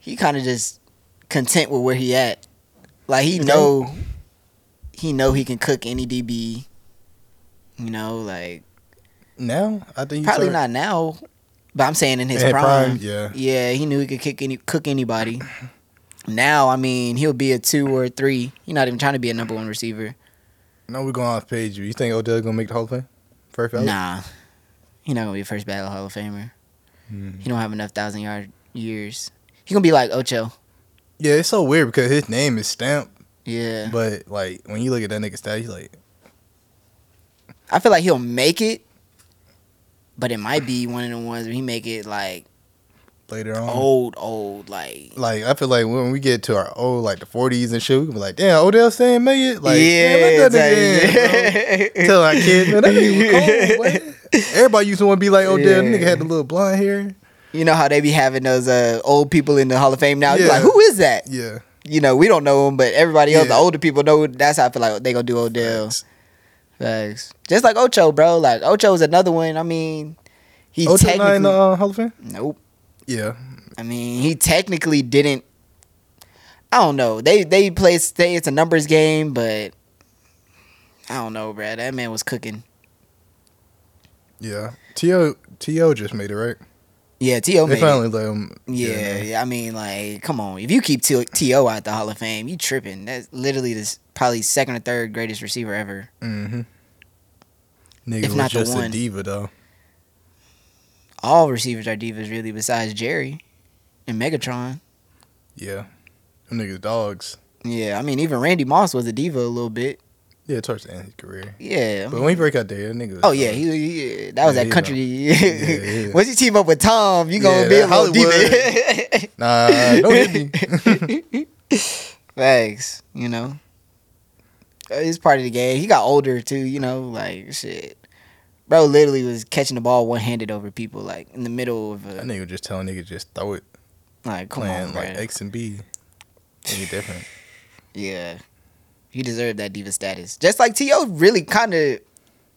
[SPEAKER 2] he kind of just content with where he at. Like he know, he know he can cook any DB. You know, like
[SPEAKER 1] Now I think he
[SPEAKER 2] probably
[SPEAKER 1] start-
[SPEAKER 2] not now. But I'm saying in his
[SPEAKER 1] In
[SPEAKER 2] prime,
[SPEAKER 1] prime, yeah.
[SPEAKER 2] yeah, he knew he could kick any cook anybody. Now, I mean, he'll be a two or a three. He's not even trying to be a number one receiver.
[SPEAKER 1] No, we're going off page. You You think Odell gonna make the Hall of Fame? First ballot?
[SPEAKER 2] Nah, he's not gonna be a first battle Hall of Famer.
[SPEAKER 1] Hmm.
[SPEAKER 2] He don't have enough thousand yard years. He gonna be like Ocho.
[SPEAKER 1] Yeah, it's so weird because his name is Stamp,
[SPEAKER 2] Yeah,
[SPEAKER 1] but like when you look at that nigga stat, he's like,
[SPEAKER 2] I feel like he'll make it, but it might be one of the ones where he make it like
[SPEAKER 1] later on.
[SPEAKER 2] old, old, like
[SPEAKER 1] Uh-huh. Like I feel like when we get to our old like the forties and shit, we can be like, damn, Odell saying made it. Like, man, let that nigga in, bro. Tell our kids, man, that nigga was cold. boy. Everybody used to want to be like Odell.
[SPEAKER 2] Yeah.
[SPEAKER 1] Nigga had the little blonde hair.
[SPEAKER 2] You know how they be having those uh, old people in the Hall of Fame now. You're
[SPEAKER 1] Yeah.
[SPEAKER 2] like, who is that?
[SPEAKER 1] Yeah,
[SPEAKER 2] You know, we don't know him, but everybody else, the
[SPEAKER 1] Yeah.
[SPEAKER 2] older people know. That's how I feel like they gonna do Odell. Facts. Just like Ocho, bro. Like Ocho is another one. I mean, he
[SPEAKER 1] Odell not in
[SPEAKER 2] technically
[SPEAKER 1] the uh, Hall of Fame.
[SPEAKER 2] nope.
[SPEAKER 1] Yeah,
[SPEAKER 2] I mean, he technically didn't. I don't know. They they play they it's a numbers game, but I don't know, bruh. That man was cooking.
[SPEAKER 1] yeah. To to just made it right.
[SPEAKER 2] Yeah, T.O.
[SPEAKER 1] They
[SPEAKER 2] made it.
[SPEAKER 1] finally let him.
[SPEAKER 2] Yeah, yeah, I mean, like, come on. If you keep T- T.O. out the Hall of Fame, you tripping. That's literally this probably second or third greatest receiver ever.
[SPEAKER 1] Mm-hmm. Nigga
[SPEAKER 2] If
[SPEAKER 1] was
[SPEAKER 2] not the
[SPEAKER 1] just a
[SPEAKER 2] one.
[SPEAKER 1] diva though.
[SPEAKER 2] All receivers are divas, really, besides Jerry and Megatron.
[SPEAKER 1] Yeah, them niggas dogs.
[SPEAKER 2] Yeah, I mean, even Randy Moss was a diva a little bit.
[SPEAKER 1] Yeah, towards the end of his career.
[SPEAKER 2] Oh, Yeah. I
[SPEAKER 1] But
[SPEAKER 2] mean-
[SPEAKER 1] when he break out there, that nigga. was
[SPEAKER 2] Oh yeah,
[SPEAKER 1] dog.
[SPEAKER 2] he, he- yeah, that was
[SPEAKER 1] Yeah,
[SPEAKER 2] that
[SPEAKER 1] he
[SPEAKER 2] country.
[SPEAKER 1] yeah.
[SPEAKER 2] Once you team up with Tom, you gonna
[SPEAKER 1] Yeah,
[SPEAKER 2] be a
[SPEAKER 1] that
[SPEAKER 2] little deeper.
[SPEAKER 1] nah, don't hit me.
[SPEAKER 2] Thanks, you know. Uh, It's part of the game. He got older too, you know, like shit. Bro literally was catching the ball one handed over people, like in the middle of
[SPEAKER 1] That
[SPEAKER 2] a
[SPEAKER 1] nigga just telling nigga just throw it,
[SPEAKER 2] like come
[SPEAKER 1] playing
[SPEAKER 2] on,
[SPEAKER 1] like
[SPEAKER 2] bro.
[SPEAKER 1] X and B. Any different?
[SPEAKER 2] Yeah. He deserved that diva status. Just like T.O. really kind of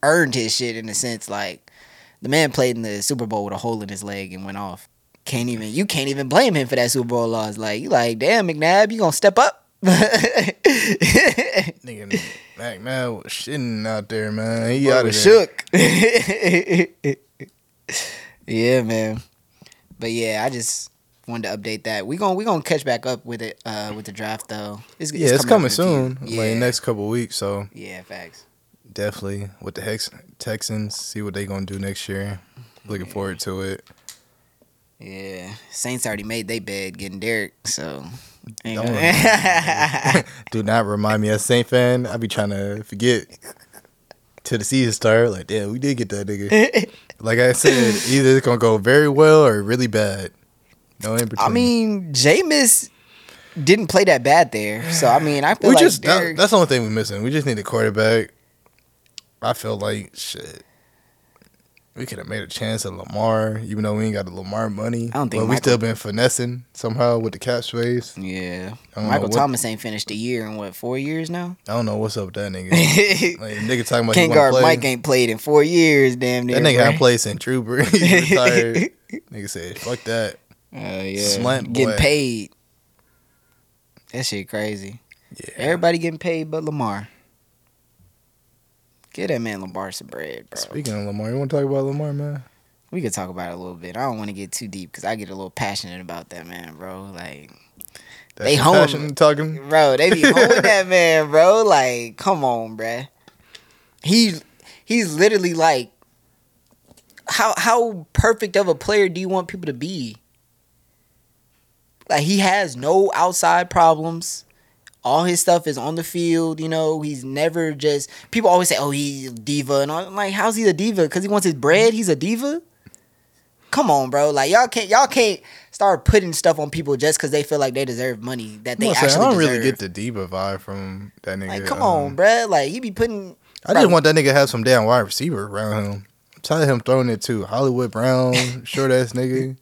[SPEAKER 2] earned his shit in a sense. Like, the man played in the Super Bowl with a hole in his leg and went off. Can't even, you can't even blame him for that Super Bowl loss. Like, you like, damn, McNabb, you gonna step up? I
[SPEAKER 1] nigga, Mac Man was shitting out there, man. He out of
[SPEAKER 2] was
[SPEAKER 1] there.
[SPEAKER 2] shook. yeah, man. But yeah, I just wanted to update that. We gonna we gonna catch back up with it uh with the draft though.
[SPEAKER 1] Yeah, it's,
[SPEAKER 2] up in
[SPEAKER 1] coming
[SPEAKER 2] a few-
[SPEAKER 1] soon,
[SPEAKER 2] Yeah,
[SPEAKER 1] like next couple weeks. So
[SPEAKER 2] yeah, facts.
[SPEAKER 1] definitely with the Hex Texans, see what they gonna do next year. Looking forward to it.
[SPEAKER 2] Yeah, Saints already made they bed getting Derek, so ain't
[SPEAKER 1] Don't
[SPEAKER 2] gonna-
[SPEAKER 1] Do not remind me as a Saint fan. I be trying to forget till the season start. Like, damn, we did get that nigga. like I said, either it's gonna go very well or really bad. No in between.
[SPEAKER 2] I mean, Jameis didn't play that bad there, so I mean, I feel
[SPEAKER 1] we
[SPEAKER 2] like
[SPEAKER 1] just that-
[SPEAKER 2] Derek-
[SPEAKER 1] that's the only thing we're missing. We just need a quarterback. I feel like shit. We could have made a chance at Lamar, even though we ain't got the Lamar money.
[SPEAKER 2] I don't think
[SPEAKER 1] but we
[SPEAKER 2] Michael-
[SPEAKER 1] still been finessing somehow with the cap space.
[SPEAKER 2] yeah.
[SPEAKER 1] I don't
[SPEAKER 2] Michael
[SPEAKER 1] know what-
[SPEAKER 2] Thomas ain't finished a year in what four years now.
[SPEAKER 1] I don't know what's up with that nigga.
[SPEAKER 2] Kangard
[SPEAKER 1] like nigga talking about he wanna play.
[SPEAKER 2] Mike ain't played in four years, damn near.
[SPEAKER 1] That nigga had
[SPEAKER 2] bruh.
[SPEAKER 1] place in True Brees. He's retired. nigga said, fuck that.
[SPEAKER 2] Oh, yeah,
[SPEAKER 1] Slant
[SPEAKER 2] getting
[SPEAKER 1] boy.
[SPEAKER 2] paid. That shit crazy.
[SPEAKER 1] Yeah.
[SPEAKER 2] Everybody getting paid but Lamar. Get that man Lamar some bread, bro.
[SPEAKER 1] Speaking of Lamar, you want to talk about Lamar, man?
[SPEAKER 2] we could talk about it a little bit. I don't want to get too deep because I get a little passionate about that man, bro. Like,
[SPEAKER 1] That's
[SPEAKER 2] They
[SPEAKER 1] your
[SPEAKER 2] home.
[SPEAKER 1] passion talking.
[SPEAKER 2] bro, they be holding that man, bro. Like, come on, bruh. He he's literally like, how how perfect of a player do you want people to be? Like, he has no outside problems. All his stuff is on the field, you know. He's never just people always say, "Oh, he's a diva," and I'm like, "How's he a diva? Because he wants his bread. He's a diva." Come on, bro. Like y'all can't y'all can't start putting stuff on people just because they feel like they deserve money that they
[SPEAKER 1] I'm
[SPEAKER 2] actually
[SPEAKER 1] saying, I don't really
[SPEAKER 2] deserve.
[SPEAKER 1] get the diva vibe from that nigga.
[SPEAKER 2] Like, come
[SPEAKER 1] Um,
[SPEAKER 2] on, bruh. Like, you be putting.
[SPEAKER 1] I just want that nigga to have some damn wide receiver around him. I'm tired of him throwing it to Hollywood Brown, short ass nigga.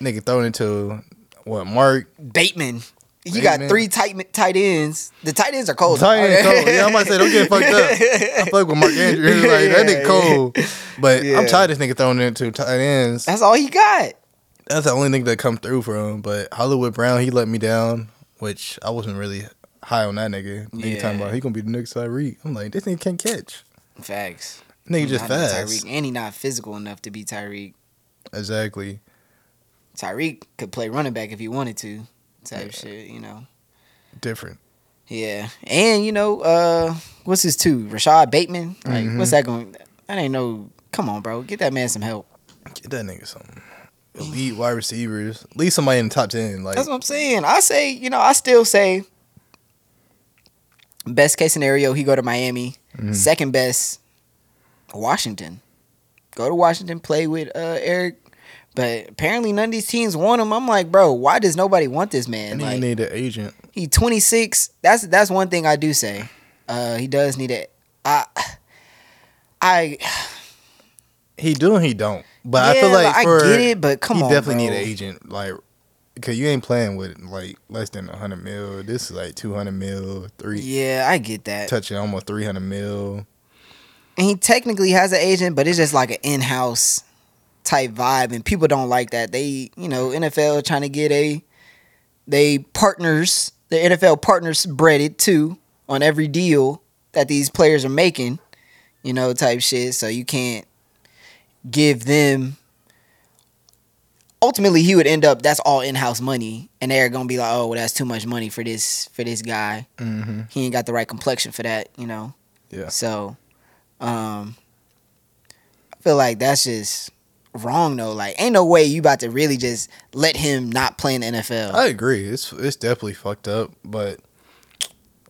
[SPEAKER 1] Nigga throwing it to what Mark?
[SPEAKER 2] Bateman. You got
[SPEAKER 1] Bateman.
[SPEAKER 2] three tight tight ends. The tight ends are cold.
[SPEAKER 1] Tight end cold. Yeah, I might say don't get fucked up. I fuck with Mark Andrews like that
[SPEAKER 2] Yeah.
[SPEAKER 1] nigga cold, but
[SPEAKER 2] Yeah.
[SPEAKER 1] I'm tired of this nigga throwing it to tight ends.
[SPEAKER 2] That's all he got.
[SPEAKER 1] That's the only thing that come through for him. But Hollywood Brown, he let me down, which I wasn't really high on that nigga. Nigga
[SPEAKER 2] Yeah.
[SPEAKER 1] talking about he gonna be the next Tyreek. I'm like this nigga can't catch.
[SPEAKER 2] Facts.
[SPEAKER 1] Nigga just
[SPEAKER 2] Not even
[SPEAKER 1] fast.
[SPEAKER 2] Tyreek, and he not physical enough to be Tyreek.
[SPEAKER 1] Exactly.
[SPEAKER 2] Tyreek could play running back if he wanted to, type shit, you know.
[SPEAKER 1] Different.
[SPEAKER 2] Yeah. And you know, uh what's his two? Rashad Bateman? Like
[SPEAKER 1] Mm-hmm.
[SPEAKER 2] what's that going I ain't know come on, bro. Get that man some help.
[SPEAKER 1] Get that nigga something. Elite wide receivers. At least somebody in the top ten. Like
[SPEAKER 2] That's what I'm saying. I say, you know, I still say best case scenario, he go to Miami.
[SPEAKER 1] mm-hmm.
[SPEAKER 2] Second best, Washington. Go to Washington, play with uh, Eric. But apparently none of these teams want him. I'm like, bro, why does nobody want this man?
[SPEAKER 1] and
[SPEAKER 2] Like,
[SPEAKER 1] you need an agent.
[SPEAKER 2] he 26. That's that's one thing I do say. Uh, he does need it. I, I,
[SPEAKER 1] He do and he don't. But I
[SPEAKER 2] yeah,
[SPEAKER 1] feel like
[SPEAKER 2] I
[SPEAKER 1] for,
[SPEAKER 2] get it, but come
[SPEAKER 1] he
[SPEAKER 2] on,
[SPEAKER 1] definitely need
[SPEAKER 2] bro.
[SPEAKER 1] an agent. Like, cause you ain't playing with like less than hundred mil. This is like two hundred mil, three
[SPEAKER 2] Yeah, I get that.
[SPEAKER 1] touching almost three hundred mil.
[SPEAKER 2] And he technically has an agent, but it's just like an in-house type vibe, and people don't like that. They, you know, NFL trying to get a they partners, the NFL partners breaded too on every deal that these players are making, you know, type shit. So you can't give them. Ultimately, he would end up. That's all in-house money, and they're gonna be like, "Oh, well, that's too much money for this for this guy.
[SPEAKER 1] Mm-hmm.
[SPEAKER 2] He ain't got the right complexion for that." You know.
[SPEAKER 1] Yeah.
[SPEAKER 2] So, um, I feel like that's just wrong though. Like, ain't no way you about to really just let him not play in the NFL.
[SPEAKER 1] I agree. It's it's definitely fucked up, but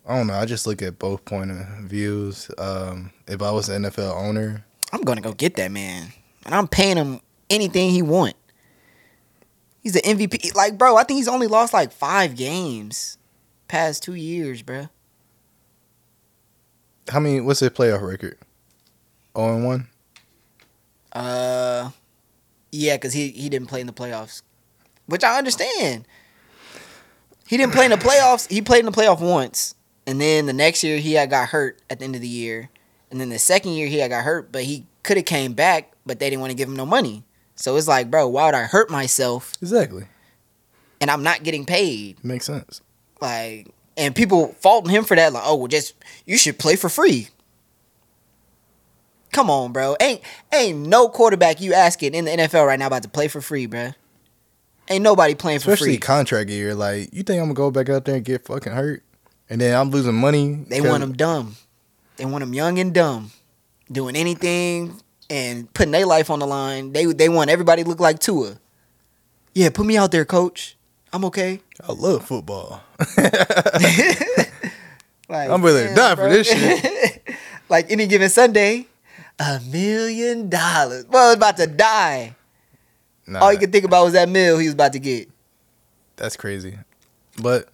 [SPEAKER 1] I don't know. I just look at both point of views. Um, if I was an NFL owner,
[SPEAKER 2] I'm gonna go get that man, and I'm paying him anything he want. He's the MVP. Like, bro, I think he's only lost like five games past two years, bro.
[SPEAKER 1] how many? What's his playoff record? Oh and one.
[SPEAKER 2] Uh, yeah, cause he he didn't play in the playoffs, which I understand. He didn't play in the playoffs. He played in the playoff once, and then the next year he had got hurt at the end of the year, and then the second year he had got hurt, but he could have came back, but they didn't want to give him no money. So it's like, bro, why would I hurt myself
[SPEAKER 1] Exactly.
[SPEAKER 2] and I'm not getting paid?
[SPEAKER 1] Makes sense.
[SPEAKER 2] Like, and people faulting him for that. Like, oh, well, just you should play for free. Come on, bro. Ain't ain't no quarterback you asking in the NFL right now about to play for free, bro. Ain't nobody playing for
[SPEAKER 1] Especially
[SPEAKER 2] free.
[SPEAKER 1] contract year. Like, you think I'm gonna go back out there and get fucking hurt, and then I'm losing money?
[SPEAKER 2] They want them dumb. They want them young and dumb, doing anything and putting their life on the line. They they want everybody to look like Tua. Yeah, put me out there, coach. I'm okay.
[SPEAKER 1] I love football.
[SPEAKER 2] Like,
[SPEAKER 1] I'm willing to
[SPEAKER 2] damn,
[SPEAKER 1] die for
[SPEAKER 2] bro.
[SPEAKER 1] this shit.
[SPEAKER 2] like any given Sunday, a million dollars. Well, it's about to die.
[SPEAKER 1] Nah,
[SPEAKER 2] All you could think about was that meal he was about to get.
[SPEAKER 1] that's crazy. But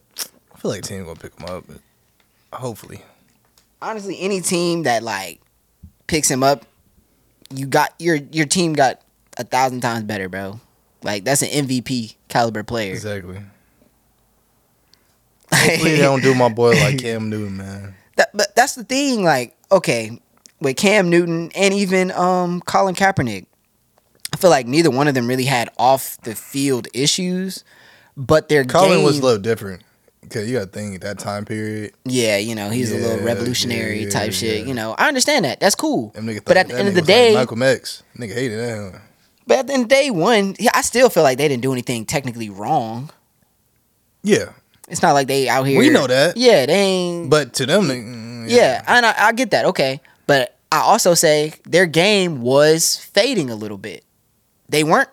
[SPEAKER 1] I feel like team gonna pick him up. Hopefully,
[SPEAKER 2] Honestly, any team that like picks him up, you got your your team got a thousand times better, bro. Like that's an MVP caliber player.
[SPEAKER 1] exactly. Hopefully, they don't do my boy like Cam Newton, man.
[SPEAKER 2] That- but that's the thing. Like, okay, with Cam Newton and even um, Colin Kaepernick, I feel like neither one of them really had off the field issues, but their
[SPEAKER 1] Colin
[SPEAKER 2] game,
[SPEAKER 1] was a little different. Cause you got to think that time period.
[SPEAKER 2] yeah, you know, he's a
[SPEAKER 1] Yeah,
[SPEAKER 2] little
[SPEAKER 1] yeah,
[SPEAKER 2] revolutionary type shit.
[SPEAKER 1] yeah.
[SPEAKER 2] You know, I understand that. That's cool.
[SPEAKER 1] Them nigga thought
[SPEAKER 2] But at the
[SPEAKER 1] that
[SPEAKER 2] end of
[SPEAKER 1] nigga
[SPEAKER 2] the
[SPEAKER 1] was like
[SPEAKER 2] day,
[SPEAKER 1] Malcolm X nigga hated that.
[SPEAKER 2] but at the end of day one, yeah, I still feel like they didn't do anything technically wrong.
[SPEAKER 1] Yeah,
[SPEAKER 2] It's not like they out here.
[SPEAKER 1] We know that.
[SPEAKER 2] Yeah, they ain't.
[SPEAKER 1] but to them, mm, nigga,
[SPEAKER 2] yeah, and I, I get that. Okay, but I also say their game was fading a little bit. They weren't.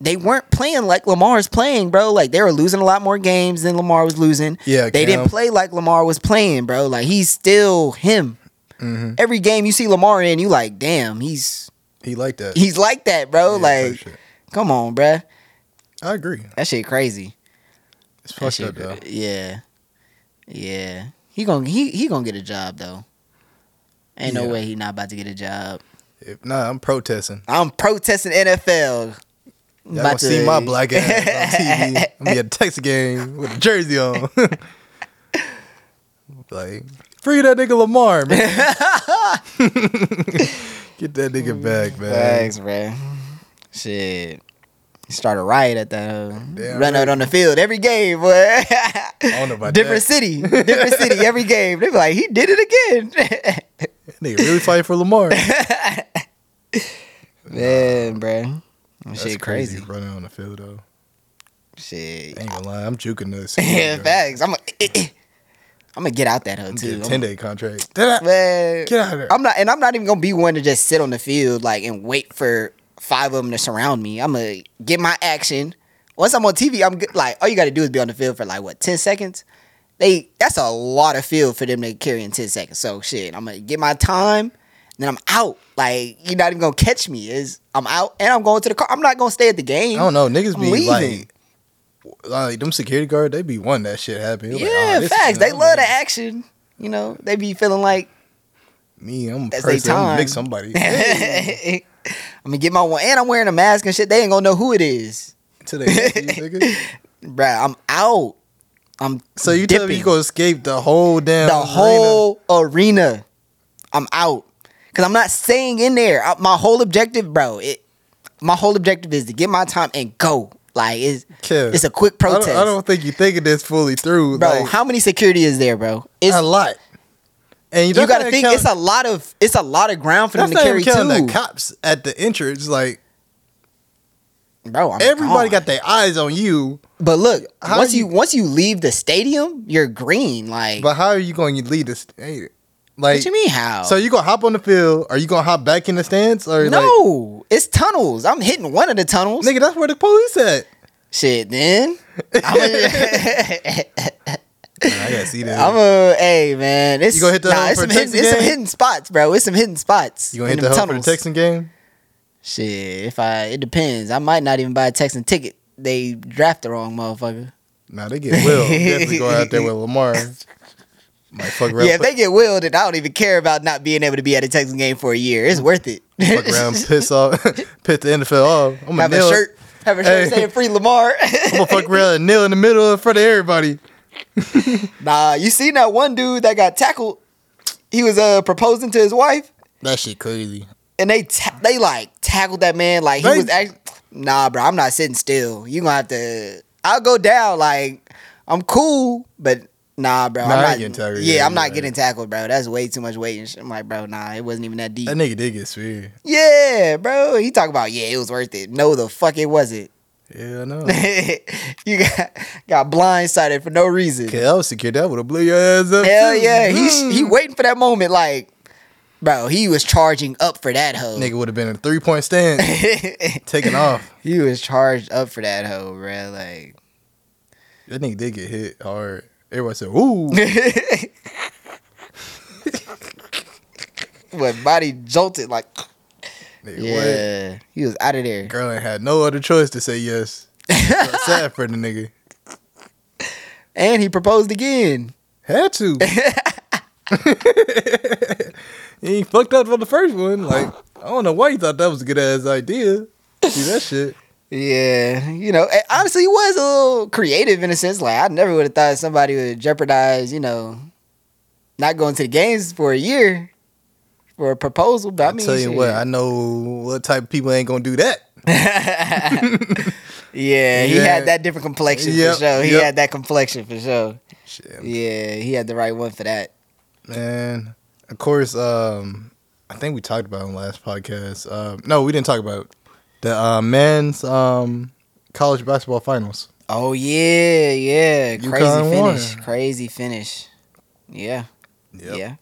[SPEAKER 2] They weren't playing like Lamar's playing, bro. Like they were losing a lot more games than Lamar was losing.
[SPEAKER 1] Yeah,
[SPEAKER 2] they didn't
[SPEAKER 1] Cam.
[SPEAKER 2] play like Lamar was playing, bro. Like he's still him.
[SPEAKER 1] Mhm.
[SPEAKER 2] Every game you see Lamar in, you like, damn, he's
[SPEAKER 1] he liked that.
[SPEAKER 2] he's like that, bro.
[SPEAKER 1] Yeah,
[SPEAKER 2] Oh, like,
[SPEAKER 1] type shit.
[SPEAKER 2] come on, bruh.
[SPEAKER 1] I agree.
[SPEAKER 2] that shit crazy.
[SPEAKER 1] It's
[SPEAKER 2] That
[SPEAKER 1] fucked
[SPEAKER 2] shit,
[SPEAKER 1] up though.
[SPEAKER 2] cra- yeah, yeah. He gonna he he gonna get a job though. Ain't no
[SPEAKER 1] Yeah.
[SPEAKER 2] way he not about to get a job.
[SPEAKER 1] If, nah, I'm protesting.
[SPEAKER 2] I'm protesting NFL.
[SPEAKER 1] Y'all gonna see my black ass on TV. I'm gonna be at a Texas game with a jersey on. like, free that nigga Lamar, man. Get that nigga back, man.
[SPEAKER 2] Thanks, bro. Shit. Start a riot at the
[SPEAKER 1] Damn
[SPEAKER 2] run out
[SPEAKER 1] right.
[SPEAKER 2] on the field every game, boy.
[SPEAKER 1] don't know about that.
[SPEAKER 2] different city, different city every game. They be like, he did it again,
[SPEAKER 1] Nigga really fighting for Lamar.
[SPEAKER 2] man, bro.
[SPEAKER 1] That's
[SPEAKER 2] shit
[SPEAKER 1] crazy.
[SPEAKER 2] crazy.
[SPEAKER 1] Running on the field though.
[SPEAKER 2] Shit.
[SPEAKER 1] I ain't gonna lie, I'm juking this.
[SPEAKER 2] Yeah, facts. I'm gonna I'm gonna get out that hoe
[SPEAKER 1] I'm
[SPEAKER 2] too.
[SPEAKER 1] getting
[SPEAKER 2] I'm-
[SPEAKER 1] ten day contract. Get out
[SPEAKER 2] Man,
[SPEAKER 1] of there.
[SPEAKER 2] I'm not, and I'm not even gonna be one to just sit on the field like and wait for five of them to surround me. I'm gonna get my action. Once I'm on TV, I'm good, like, all you gotta do is be on the field for like what ten seconds. They that's a lot of field for them to carry in ten seconds. So shit, I'm gonna get my time, then I'm out. Like you're not even gonna catch me. Is I'm out and I'm going to the car. I'm not gonna stay at the game.
[SPEAKER 1] I don't know. Niggas
[SPEAKER 2] I'm
[SPEAKER 1] be
[SPEAKER 2] leaving.
[SPEAKER 1] like, like them security guard. They be one that shit happen. They're like,
[SPEAKER 2] yeah,
[SPEAKER 1] "Oh, this
[SPEAKER 2] facts.
[SPEAKER 1] is-
[SPEAKER 2] They
[SPEAKER 1] I'm
[SPEAKER 2] love the
[SPEAKER 1] like,
[SPEAKER 2] action. You know, they be feeling like
[SPEAKER 1] Me, I'm a
[SPEAKER 2] That's they
[SPEAKER 1] person. I'm gonna
[SPEAKER 2] time.
[SPEAKER 1] make somebody
[SPEAKER 2] I'm gonna get my one, and I'm wearing a mask and shit. They ain't gonna know who it is,
[SPEAKER 1] today. nigga.
[SPEAKER 2] bruh. I'm out. I'm
[SPEAKER 1] So you tell me you
[SPEAKER 2] dipping.
[SPEAKER 1] gonna escape the whole damn
[SPEAKER 2] the
[SPEAKER 1] arena?
[SPEAKER 2] whole arena. I'm out because I'm not staying in there. I- my whole objective, bro. It my whole objective is to get my time and go. Like it's
[SPEAKER 1] Yeah.
[SPEAKER 2] it's a quick
[SPEAKER 1] I don't-
[SPEAKER 2] protest,
[SPEAKER 1] I don't, think you're thinking this fully through,
[SPEAKER 2] bro.
[SPEAKER 1] Like,
[SPEAKER 2] how many security is there, bro? It's
[SPEAKER 1] a lot. And
[SPEAKER 2] you
[SPEAKER 1] that's
[SPEAKER 2] got to
[SPEAKER 1] not
[SPEAKER 2] think
[SPEAKER 1] count-
[SPEAKER 2] it's a lot of it's a lot of ground for
[SPEAKER 1] that's
[SPEAKER 2] them to
[SPEAKER 1] not
[SPEAKER 2] carry
[SPEAKER 1] even counting the
[SPEAKER 2] too,
[SPEAKER 1] cops at the entrance. Like
[SPEAKER 2] bro. I'm
[SPEAKER 1] everybody
[SPEAKER 2] gone.
[SPEAKER 1] got their eyes on you,
[SPEAKER 2] But look,
[SPEAKER 1] How
[SPEAKER 2] once
[SPEAKER 1] you-
[SPEAKER 2] you, once you leave the stadium, you're green. Like,
[SPEAKER 1] but how are you going to lead this? Like
[SPEAKER 2] what you mean how?
[SPEAKER 1] So you gonna hop on the field? Are you gonna hop back in the stands? Or
[SPEAKER 2] no, it's tunnels. I'm hitting one of the tunnels.
[SPEAKER 1] like, nigga, that's where the police at.
[SPEAKER 2] Shit, then I'm a,
[SPEAKER 1] I gotta see that.
[SPEAKER 2] I'm a hey man. It's,
[SPEAKER 1] You gonna hit the
[SPEAKER 2] nah,
[SPEAKER 1] home for
[SPEAKER 2] it's some
[SPEAKER 1] the
[SPEAKER 2] hidden,
[SPEAKER 1] Texas
[SPEAKER 2] it's some
[SPEAKER 1] game?
[SPEAKER 2] hidden spots, bro. It's some hidden spots.
[SPEAKER 1] you gonna hit
[SPEAKER 2] in
[SPEAKER 1] the
[SPEAKER 2] them
[SPEAKER 1] home for the
[SPEAKER 2] tunnels.
[SPEAKER 1] Texan game?
[SPEAKER 2] Shit, if I it depends. I might not even buy a Texan ticket. They draft the wrong motherfucker.
[SPEAKER 1] Nah, they get Will. They Definitely go out there with Lamar. Might fuck around,
[SPEAKER 2] yeah, if they get willed, and I don't even care about not being able to be at a Texan game for a year. It's worth it.
[SPEAKER 1] fuck around, piss off, piss the NFL off. I'm gonna
[SPEAKER 2] have a
[SPEAKER 1] kneel.
[SPEAKER 2] shirt. Have a shirt
[SPEAKER 1] Hey.
[SPEAKER 2] saying free Lamar.
[SPEAKER 1] I'm gonna fuck around and kneel in the middle in front of everybody.
[SPEAKER 2] nah, you seen that one dude that got tackled? He was uh proposing to his wife,
[SPEAKER 1] That shit crazy.
[SPEAKER 2] and they ta- they like tackled that man like he
[SPEAKER 1] They-
[SPEAKER 2] was act- Nah, bro, I'm not sitting still. You gonna have to. I'll go down. Like I'm cool, but nah, bro.
[SPEAKER 1] Nah, I ain't
[SPEAKER 2] I'm
[SPEAKER 1] getting
[SPEAKER 2] not.
[SPEAKER 1] tackled,
[SPEAKER 2] yeah,
[SPEAKER 1] yeah,
[SPEAKER 2] I'm not
[SPEAKER 1] yeah.
[SPEAKER 2] getting tackled, bro. That's way too much weight and shit. I'm like, bro, nah, it wasn't even that deep.
[SPEAKER 1] That nigga did get speared.
[SPEAKER 2] yeah, bro. He talk about yeah, it was worth it. No, the fuck, it wasn't.
[SPEAKER 1] Yeah, I know.
[SPEAKER 2] you got got blindsided for no reason.
[SPEAKER 1] Okay, that was secure. That would have blew your ass up.
[SPEAKER 2] Hell
[SPEAKER 1] too.
[SPEAKER 2] yeah, he
[SPEAKER 1] Mm.
[SPEAKER 2] he waiting for that moment. Like, bro, he was charging up for that hoe.
[SPEAKER 1] nigga would have been in a three point stand, taking off.
[SPEAKER 2] he was charged up for that hoe, bro. Like,
[SPEAKER 1] That nigga did get hit hard. Everybody said, "Ooh."
[SPEAKER 2] when body jolted, like,
[SPEAKER 1] Nigga, what?
[SPEAKER 2] yeah, he was out of there.
[SPEAKER 1] Girl ain't had no other choice to say yes. Felt sad for the nigga.
[SPEAKER 2] And he proposed again.
[SPEAKER 1] Had to. he ain't fucked up for the first one. Like, I don't know why you thought that was a good ass idea. See that shit.
[SPEAKER 2] Yeah, you know, and honestly, he was a little creative in a sense. Like, I never would have thought somebody would jeopardize, you know, not going to the games for a year for a proposal. But I
[SPEAKER 1] I
[SPEAKER 2] mean,
[SPEAKER 1] tell you
[SPEAKER 2] shit.
[SPEAKER 1] what, I know what type of people ain't gonna do that.
[SPEAKER 2] yeah, he
[SPEAKER 1] Yeah.
[SPEAKER 2] had that different complexion
[SPEAKER 1] Yep,
[SPEAKER 2] for sure. He
[SPEAKER 1] yep.
[SPEAKER 2] had that complexion for sure.
[SPEAKER 1] Shit,
[SPEAKER 2] Yeah, he had the right one for that.
[SPEAKER 1] man. Of course, um, I think we talked about it on the last podcast. Uh, no, we didn't talk about it. the uh, men's um, college basketball finals.
[SPEAKER 2] Oh yeah, yeah.
[SPEAKER 1] UConn
[SPEAKER 2] Crazy
[SPEAKER 1] won.
[SPEAKER 2] finish. Crazy finish. Yeah. Yeah.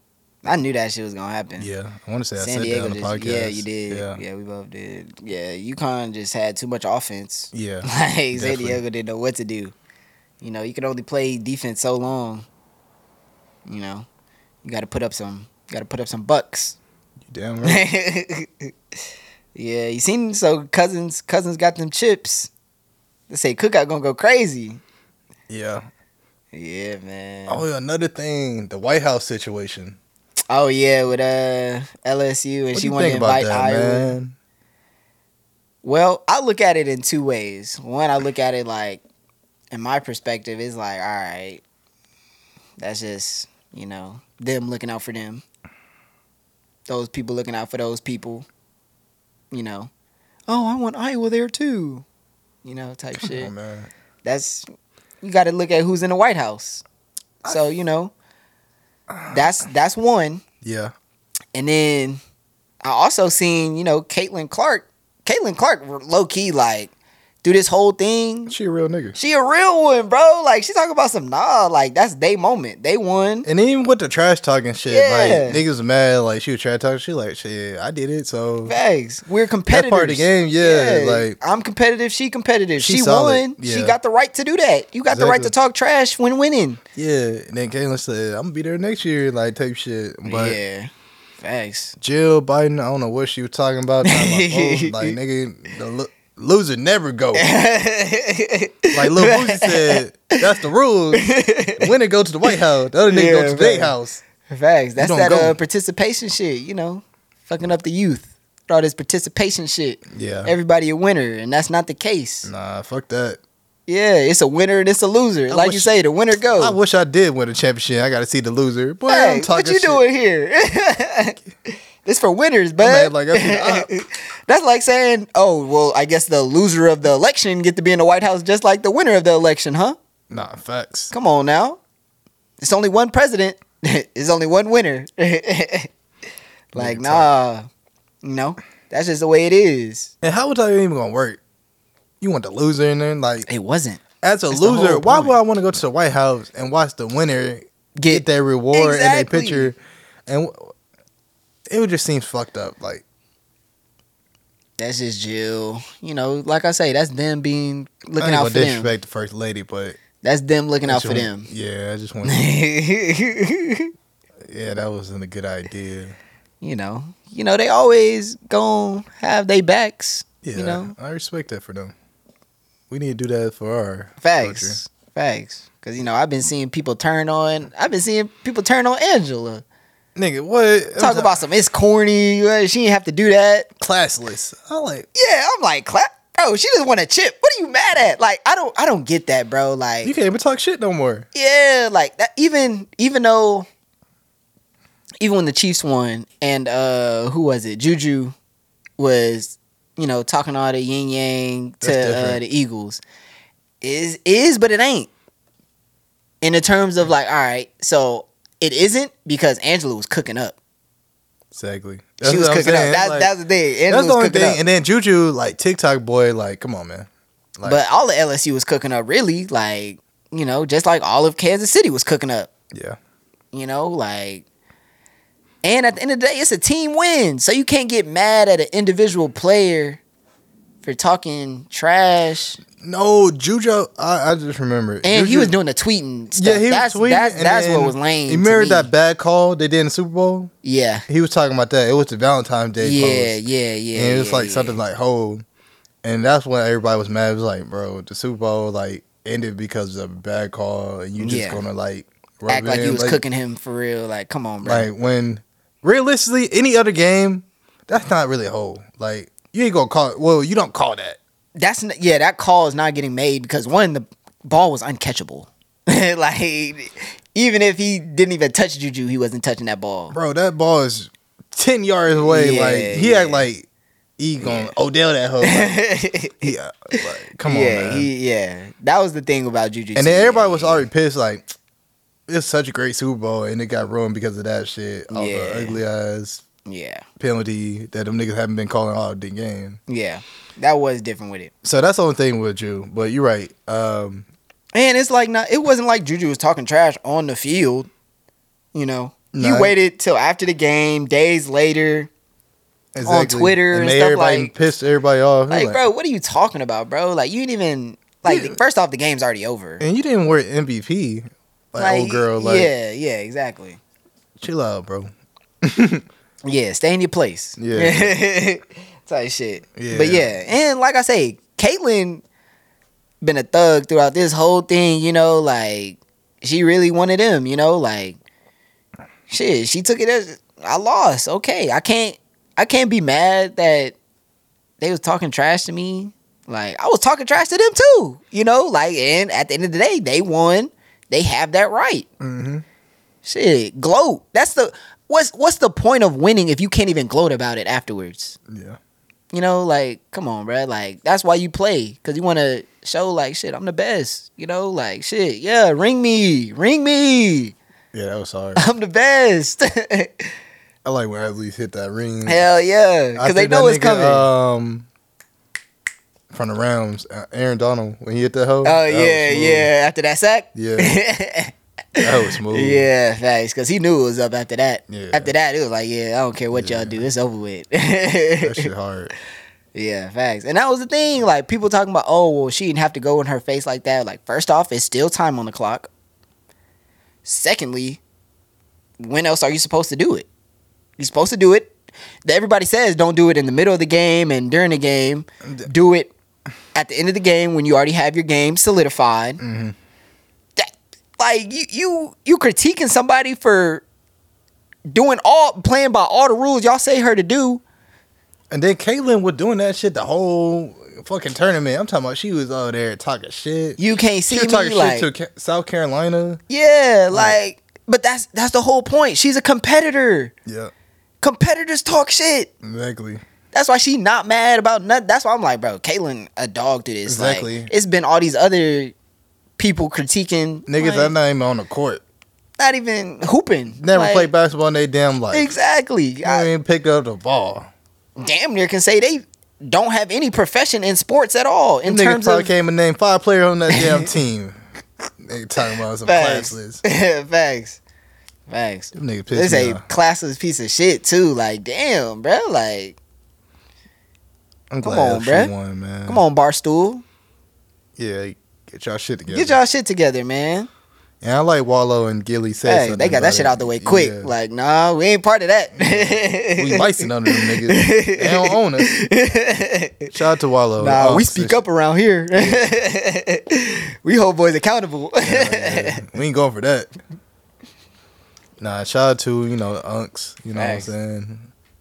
[SPEAKER 2] I knew that shit was gonna happen.
[SPEAKER 1] Yeah, I want to say I
[SPEAKER 2] San
[SPEAKER 1] said
[SPEAKER 2] Diego
[SPEAKER 1] that on the
[SPEAKER 2] just
[SPEAKER 1] podcast.
[SPEAKER 2] yeah, you did.
[SPEAKER 1] Yeah,
[SPEAKER 2] Yeah. we both did. Yeah, UConn just had too much offense.
[SPEAKER 1] yeah.
[SPEAKER 2] Like San
[SPEAKER 1] definitely.
[SPEAKER 2] Diego didn't know what to do. You know, you can only play defense so long. You know, you got to put up some, got to put up some bucks.
[SPEAKER 1] You damn right.
[SPEAKER 2] yeah, you seen so cousins, cousins got them chips. They say cookout gonna go crazy.
[SPEAKER 1] yeah.
[SPEAKER 2] Yeah, man.
[SPEAKER 1] Oh, yeah, another thing, the White House situation.
[SPEAKER 2] Oh yeah, with uh LSU and
[SPEAKER 1] What
[SPEAKER 2] she
[SPEAKER 1] do you
[SPEAKER 2] wanted to
[SPEAKER 1] think about
[SPEAKER 2] invite
[SPEAKER 1] that,
[SPEAKER 2] Iowa.
[SPEAKER 1] man?
[SPEAKER 2] Well, I look at it in two ways. One, I look at it like, in my perspective, it's like, all right, that's just, you know, them looking out for them. Those people looking out for those people, you know. Oh, I want Iowa there too, you know, type
[SPEAKER 1] Come
[SPEAKER 2] shit.
[SPEAKER 1] on, man.
[SPEAKER 2] That's, you got to look at who's in the White House. So, you know, that's that's one.
[SPEAKER 1] Yeah,
[SPEAKER 2] And then I also seen, you know, Caitlin Clark Caitlyn Clark, low key, like through this whole thing,
[SPEAKER 1] She a real nigga.
[SPEAKER 2] she a real one, bro. Like she talking about some nah, like that's they moment. They won.
[SPEAKER 1] And even with the trash talking shit,
[SPEAKER 2] Yeah.
[SPEAKER 1] like niggas mad, like she was trash talking. She like, shit, I did it, so
[SPEAKER 2] Facts. We're competitive.
[SPEAKER 1] that part of the game, yeah, like
[SPEAKER 2] I'm competitive. She competitive.
[SPEAKER 1] She
[SPEAKER 2] She,
[SPEAKER 1] solid,
[SPEAKER 2] won. She
[SPEAKER 1] yeah.
[SPEAKER 2] got the right to do that. You got the right to
[SPEAKER 1] Exactly.
[SPEAKER 2] talk trash when winning.
[SPEAKER 1] yeah. And then Caitlyn said, "I'm gonna be there next year," like type shit. But
[SPEAKER 2] yeah. Facts.
[SPEAKER 1] Jill Biden, I don't know what she was talking about. talking about, oh, like nigga, the lo- loser never go. Like
[SPEAKER 2] like
[SPEAKER 1] Lil Boosie said, that's the rule. Winner go to the White House. The other nigga go
[SPEAKER 2] Yeah,
[SPEAKER 1] to their
[SPEAKER 2] man.
[SPEAKER 1] house.
[SPEAKER 2] Facts. That's
[SPEAKER 1] don't
[SPEAKER 2] that
[SPEAKER 1] go.
[SPEAKER 2] uh, participation shit, you know. Fucking up the youth. With all this participation shit.
[SPEAKER 1] Yeah.
[SPEAKER 2] Everybody a winner, and that's not the case.
[SPEAKER 1] nah, fuck that.
[SPEAKER 2] Yeah, it's a winner and it's a loser.
[SPEAKER 1] I
[SPEAKER 2] like you
[SPEAKER 1] wish-
[SPEAKER 2] say, the winner goes.
[SPEAKER 1] I wish I did win a championship. I got to see the loser. Boy,
[SPEAKER 2] Oh. Hey,
[SPEAKER 1] I'm talking
[SPEAKER 2] what you
[SPEAKER 1] shit.
[SPEAKER 2] doing here? this for winners,
[SPEAKER 1] mad
[SPEAKER 2] bud.
[SPEAKER 1] like I see the op.
[SPEAKER 2] That's like saying, oh, well, I guess the loser of the election get to be in the White House just like the winner of the election, huh?
[SPEAKER 1] Nah, facts.
[SPEAKER 2] Come on now. It's only one president. it's only one winner. like,
[SPEAKER 1] Nigga
[SPEAKER 2] nah. No. That's just the way it is.
[SPEAKER 1] And how was that even gonna work? You want the loser in there? Like
[SPEAKER 2] It wasn't.
[SPEAKER 1] as a
[SPEAKER 2] That's the
[SPEAKER 1] loser,
[SPEAKER 2] whole
[SPEAKER 1] why would
[SPEAKER 2] point.
[SPEAKER 1] I want to go to the White House and watch the winner get
[SPEAKER 2] Get
[SPEAKER 1] their reward and their
[SPEAKER 2] Exactly.
[SPEAKER 1] picture? And w- it would just seems fucked up. Like
[SPEAKER 2] that's just Jill. You know, like I say, that's them being
[SPEAKER 1] I
[SPEAKER 2] looking
[SPEAKER 1] ain't
[SPEAKER 2] out
[SPEAKER 1] gonna
[SPEAKER 2] for them.
[SPEAKER 1] disrespect the first lady, but
[SPEAKER 2] That's them looking
[SPEAKER 1] I
[SPEAKER 2] out
[SPEAKER 1] just
[SPEAKER 2] for
[SPEAKER 1] want-
[SPEAKER 2] them.
[SPEAKER 1] Yeah, I just want. yeah, that wasn't a good idea.
[SPEAKER 2] you know, you know, they always gon' have they backs.
[SPEAKER 1] Yeah,
[SPEAKER 2] You know,
[SPEAKER 1] I respect that for them. We need to do that for our culture.
[SPEAKER 2] facts, facts. Because you know, I've been seeing people turn on. I've been seeing people turn on Angela.
[SPEAKER 1] Nigga, what?
[SPEAKER 2] Talk about some. It's corny. uh, She didn't have to do that.
[SPEAKER 1] classless. I like.
[SPEAKER 2] Yeah, I'm like, clap, bro. She just want a chip. What are you mad at? Like, I don't, I don't get that, bro. Like,
[SPEAKER 1] You can't even talk shit no more.
[SPEAKER 2] Yeah, like that. Even even though, even when the Chiefs won, and uh who was it? Juju was, you know, talking all the yin yang
[SPEAKER 1] That's
[SPEAKER 2] to uh,
[SPEAKER 1] different.
[SPEAKER 2] the Eagles. Is is, but it ain't. In the terms of like, all right, so it isn't because Angela was cooking up.
[SPEAKER 1] Exactly.
[SPEAKER 2] she was
[SPEAKER 1] what I'm
[SPEAKER 2] cooking
[SPEAKER 1] saying.
[SPEAKER 2] up. That,
[SPEAKER 1] Like,
[SPEAKER 2] that's the thing.
[SPEAKER 1] that's
[SPEAKER 2] Angela
[SPEAKER 1] the
[SPEAKER 2] was
[SPEAKER 1] only
[SPEAKER 2] cooking
[SPEAKER 1] thing.
[SPEAKER 2] up.
[SPEAKER 1] And then Juju, like TikTok boy, like come on, man. like-
[SPEAKER 2] but all of LSU was cooking up, really. Like you know, just like all of Kansas City was cooking up.
[SPEAKER 1] Yeah,
[SPEAKER 2] You know, like, and at the end of the day, it's a team win. So you can't get mad at an individual player for talking trash.
[SPEAKER 1] no Juju. I, I just remember.
[SPEAKER 2] And he
[SPEAKER 1] Juju-
[SPEAKER 2] was doing the tweeting stuff.
[SPEAKER 1] Yeah, he
[SPEAKER 2] that's,
[SPEAKER 1] was tweeting.
[SPEAKER 2] That's,
[SPEAKER 1] and
[SPEAKER 2] that's
[SPEAKER 1] then
[SPEAKER 2] what was lame.
[SPEAKER 1] You
[SPEAKER 2] to
[SPEAKER 1] remember
[SPEAKER 2] me.
[SPEAKER 1] that bad call they did in the Super Bowl?
[SPEAKER 2] Yeah.
[SPEAKER 1] He was talking about that. It was the Valentine's Day.
[SPEAKER 2] Yeah,
[SPEAKER 1] post.
[SPEAKER 2] yeah, yeah.
[SPEAKER 1] and it was
[SPEAKER 2] yeah,
[SPEAKER 1] like
[SPEAKER 2] yeah.
[SPEAKER 1] something like hold, and that's when everybody was mad. It was like, bro, the Super Bowl like ended because of a bad call, and you just
[SPEAKER 2] Yeah.
[SPEAKER 1] gonna like rub
[SPEAKER 2] Act
[SPEAKER 1] it
[SPEAKER 2] like
[SPEAKER 1] in,
[SPEAKER 2] you was cooking him for real. Like, come on, bro.
[SPEAKER 1] Like when realistically, any other game, that's not really a hold. Like you ain't gonna call. Well, you don't call that.
[SPEAKER 2] that's n- yeah. That call is not getting made because one, the ball was uncatchable. like, even if he didn't even touch Juju, he wasn't touching that ball.
[SPEAKER 1] Bro, that ball is ten yards away.
[SPEAKER 2] Yeah,
[SPEAKER 1] like he
[SPEAKER 2] yeah.
[SPEAKER 1] act like he gonna Odell that hoe. Like, he, uh, like, come on,
[SPEAKER 2] yeah,
[SPEAKER 1] man.
[SPEAKER 2] he yeah. That was the thing about Juju.
[SPEAKER 1] and
[SPEAKER 2] too,
[SPEAKER 1] then everybody
[SPEAKER 2] yeah.
[SPEAKER 1] was already pissed. Like it's such a great Super Bowl, and it got ruined because of that shit. All
[SPEAKER 2] Yeah.
[SPEAKER 1] the ugly ass
[SPEAKER 2] yeah,
[SPEAKER 1] penalty that them niggas haven't been calling all the game.
[SPEAKER 2] yeah. That was different with it.
[SPEAKER 1] So that's the only thing with you. But you're right. Um,
[SPEAKER 2] And it's like not. It wasn't like Juju was talking trash on the field. You know,
[SPEAKER 1] No.
[SPEAKER 2] he waited till after the game, days later.
[SPEAKER 1] exactly.
[SPEAKER 2] Twitter and
[SPEAKER 1] they
[SPEAKER 2] stuff
[SPEAKER 1] everybody
[SPEAKER 2] like-
[SPEAKER 1] pissed everybody off.
[SPEAKER 2] Like, bro, what are you talking about, bro? Like, you didn't even like.
[SPEAKER 1] Yeah.
[SPEAKER 2] First off, the game's already over.
[SPEAKER 1] And you didn't wear MVP. Like, old girl, like
[SPEAKER 2] yeah, yeah, exactly.
[SPEAKER 1] chill out, bro.
[SPEAKER 2] Yeah, stay in your place.
[SPEAKER 1] Yeah.
[SPEAKER 2] type shit.
[SPEAKER 1] Yeah.
[SPEAKER 2] But yeah, and like I say, Caitlyn been a thug throughout this whole thing. You know, like she really wanted him. You know, like shit. She took it as I lost. Okay, I can't. I can't be mad that they was talking trash to me. Like I was talking trash to them too. You know, like and at the end of the day, they won. They have that right.
[SPEAKER 1] Mm-hmm.
[SPEAKER 2] Shit, gloat. That's the what's what's the point of winning if you can't even gloat about it afterwards?
[SPEAKER 1] Yeah.
[SPEAKER 2] You know, like come on, bruh. Like that's why you play because you want to show like shit. I'm the best. You know, like shit. Yeah, ring me, ring me.
[SPEAKER 1] Yeah, that was hard.
[SPEAKER 2] I'm the best.
[SPEAKER 1] I like when athletes hit that ring.
[SPEAKER 2] Hell
[SPEAKER 1] I
[SPEAKER 2] yeah, because they
[SPEAKER 1] think
[SPEAKER 2] know
[SPEAKER 1] that
[SPEAKER 2] it's
[SPEAKER 1] nigga,
[SPEAKER 2] coming.
[SPEAKER 1] Um, from the rounds. Uh, Aaron Donald when he hit that hoe.
[SPEAKER 2] Oh
[SPEAKER 1] that was
[SPEAKER 2] yeah,
[SPEAKER 1] smooth.
[SPEAKER 2] yeah. After that sack.
[SPEAKER 1] yeah. That was smooth.
[SPEAKER 2] yeah, thanks. Cause he knew it was up after that.
[SPEAKER 1] Yeah.
[SPEAKER 2] After that, it was like, yeah, I don't care what
[SPEAKER 1] Yeah.
[SPEAKER 2] y'all do, it's over with.
[SPEAKER 1] that shit hard.
[SPEAKER 2] Yeah, facts. And that was the thing. Like people talking about, oh well, she didn't have to go in her face like that. Like first off, it's still time on the clock. Secondly, when else are you supposed to do it? You're supposed to do it. that Everybody says don't do it in the middle of the game and during the game. Do it at the end of the game when you already have your game solidified.
[SPEAKER 1] Mhm.
[SPEAKER 2] That, like you, you, you critiquing somebody for doing all playing by all the rules y'all say her to do.
[SPEAKER 1] And then Caitlyn was doing that shit the whole fucking tournament. I'm talking about she was out there talking shit.
[SPEAKER 2] You can't see
[SPEAKER 1] she was
[SPEAKER 2] me,
[SPEAKER 1] talking
[SPEAKER 2] like,
[SPEAKER 1] shit to Ca- South Carolina.
[SPEAKER 2] Yeah, like, but that's that's the whole point. She's a competitor.
[SPEAKER 1] Yeah,
[SPEAKER 2] Competitors talk shit.
[SPEAKER 1] exactly.
[SPEAKER 2] That's why she not mad about nothing. That's why I'm like, bro, Caitlyn a dog to this. Like,
[SPEAKER 1] Exactly.
[SPEAKER 2] it's been all these other people critiquing
[SPEAKER 1] Niggas
[SPEAKER 2] like,
[SPEAKER 1] that not even on the court.
[SPEAKER 2] not even hooping.
[SPEAKER 1] Never
[SPEAKER 2] Like,
[SPEAKER 1] played basketball in their damn life.
[SPEAKER 2] Exactly.
[SPEAKER 1] I didn't even pick up the ball.
[SPEAKER 2] I damn near can say they don't have any profession in sports at all in
[SPEAKER 1] Niggas
[SPEAKER 2] terms
[SPEAKER 1] probably
[SPEAKER 2] of
[SPEAKER 1] came and named five players on that damn team. Nigga talking about some
[SPEAKER 2] facts.
[SPEAKER 1] classless.
[SPEAKER 2] facts. Facts.
[SPEAKER 1] Them niggas
[SPEAKER 2] This
[SPEAKER 1] pissed me
[SPEAKER 2] a
[SPEAKER 1] off.
[SPEAKER 2] classless piece of shit too. Like, damn, bro. Like
[SPEAKER 1] I'm
[SPEAKER 2] come
[SPEAKER 1] glad
[SPEAKER 2] on,
[SPEAKER 1] she
[SPEAKER 2] bruh.
[SPEAKER 1] won, man.
[SPEAKER 2] Come on, Barstool.
[SPEAKER 1] Yeah, get y'all shit together.
[SPEAKER 2] Get y'all shit together, man.
[SPEAKER 1] And I like Wallow and Gilly said
[SPEAKER 2] Hey,
[SPEAKER 1] something
[SPEAKER 2] they got
[SPEAKER 1] about
[SPEAKER 2] that shit
[SPEAKER 1] it.
[SPEAKER 2] out the way quick.
[SPEAKER 1] Yeah.
[SPEAKER 2] Like, nah, we ain't part of that.
[SPEAKER 1] we license under them niggas. They don't own us. Shout out to Wallow.
[SPEAKER 2] nah,
[SPEAKER 1] Oh,
[SPEAKER 2] we speak
[SPEAKER 1] sis-
[SPEAKER 2] up around here. we hold boys accountable.
[SPEAKER 1] Yeah, we ain't going for that. Nah, shout out to you know the unks. You know
[SPEAKER 2] Facts.
[SPEAKER 1] what I'm saying.